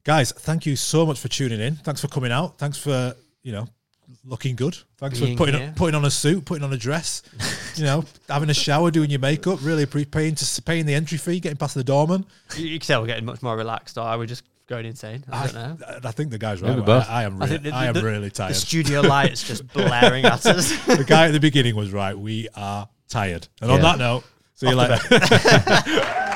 Speaker 1: guys thank you so much for tuning in thanks for coming out thanks for you know looking good. Thanks
Speaker 4: Being
Speaker 1: for putting
Speaker 4: here.
Speaker 1: on, putting on a suit, putting on a
Speaker 4: *laughs*
Speaker 1: dress, you know, having a shower, doing your makeup, really pre- paying to paying the entry fee, getting past the doorman.
Speaker 4: You, you can tell we're getting much more relaxed, or are we just going insane? I don't know.
Speaker 1: I, I think the guy's right.
Speaker 3: Maybe
Speaker 1: I-
Speaker 3: both.
Speaker 1: I, am
Speaker 4: I think
Speaker 1: really,
Speaker 4: the-
Speaker 1: I am
Speaker 4: the-
Speaker 1: really
Speaker 4: The
Speaker 1: tired.
Speaker 4: studio lights just blaring at us.
Speaker 1: the guy at the beginning was right. We are tired. And on
Speaker 3: Yeah.
Speaker 1: that note, see you later.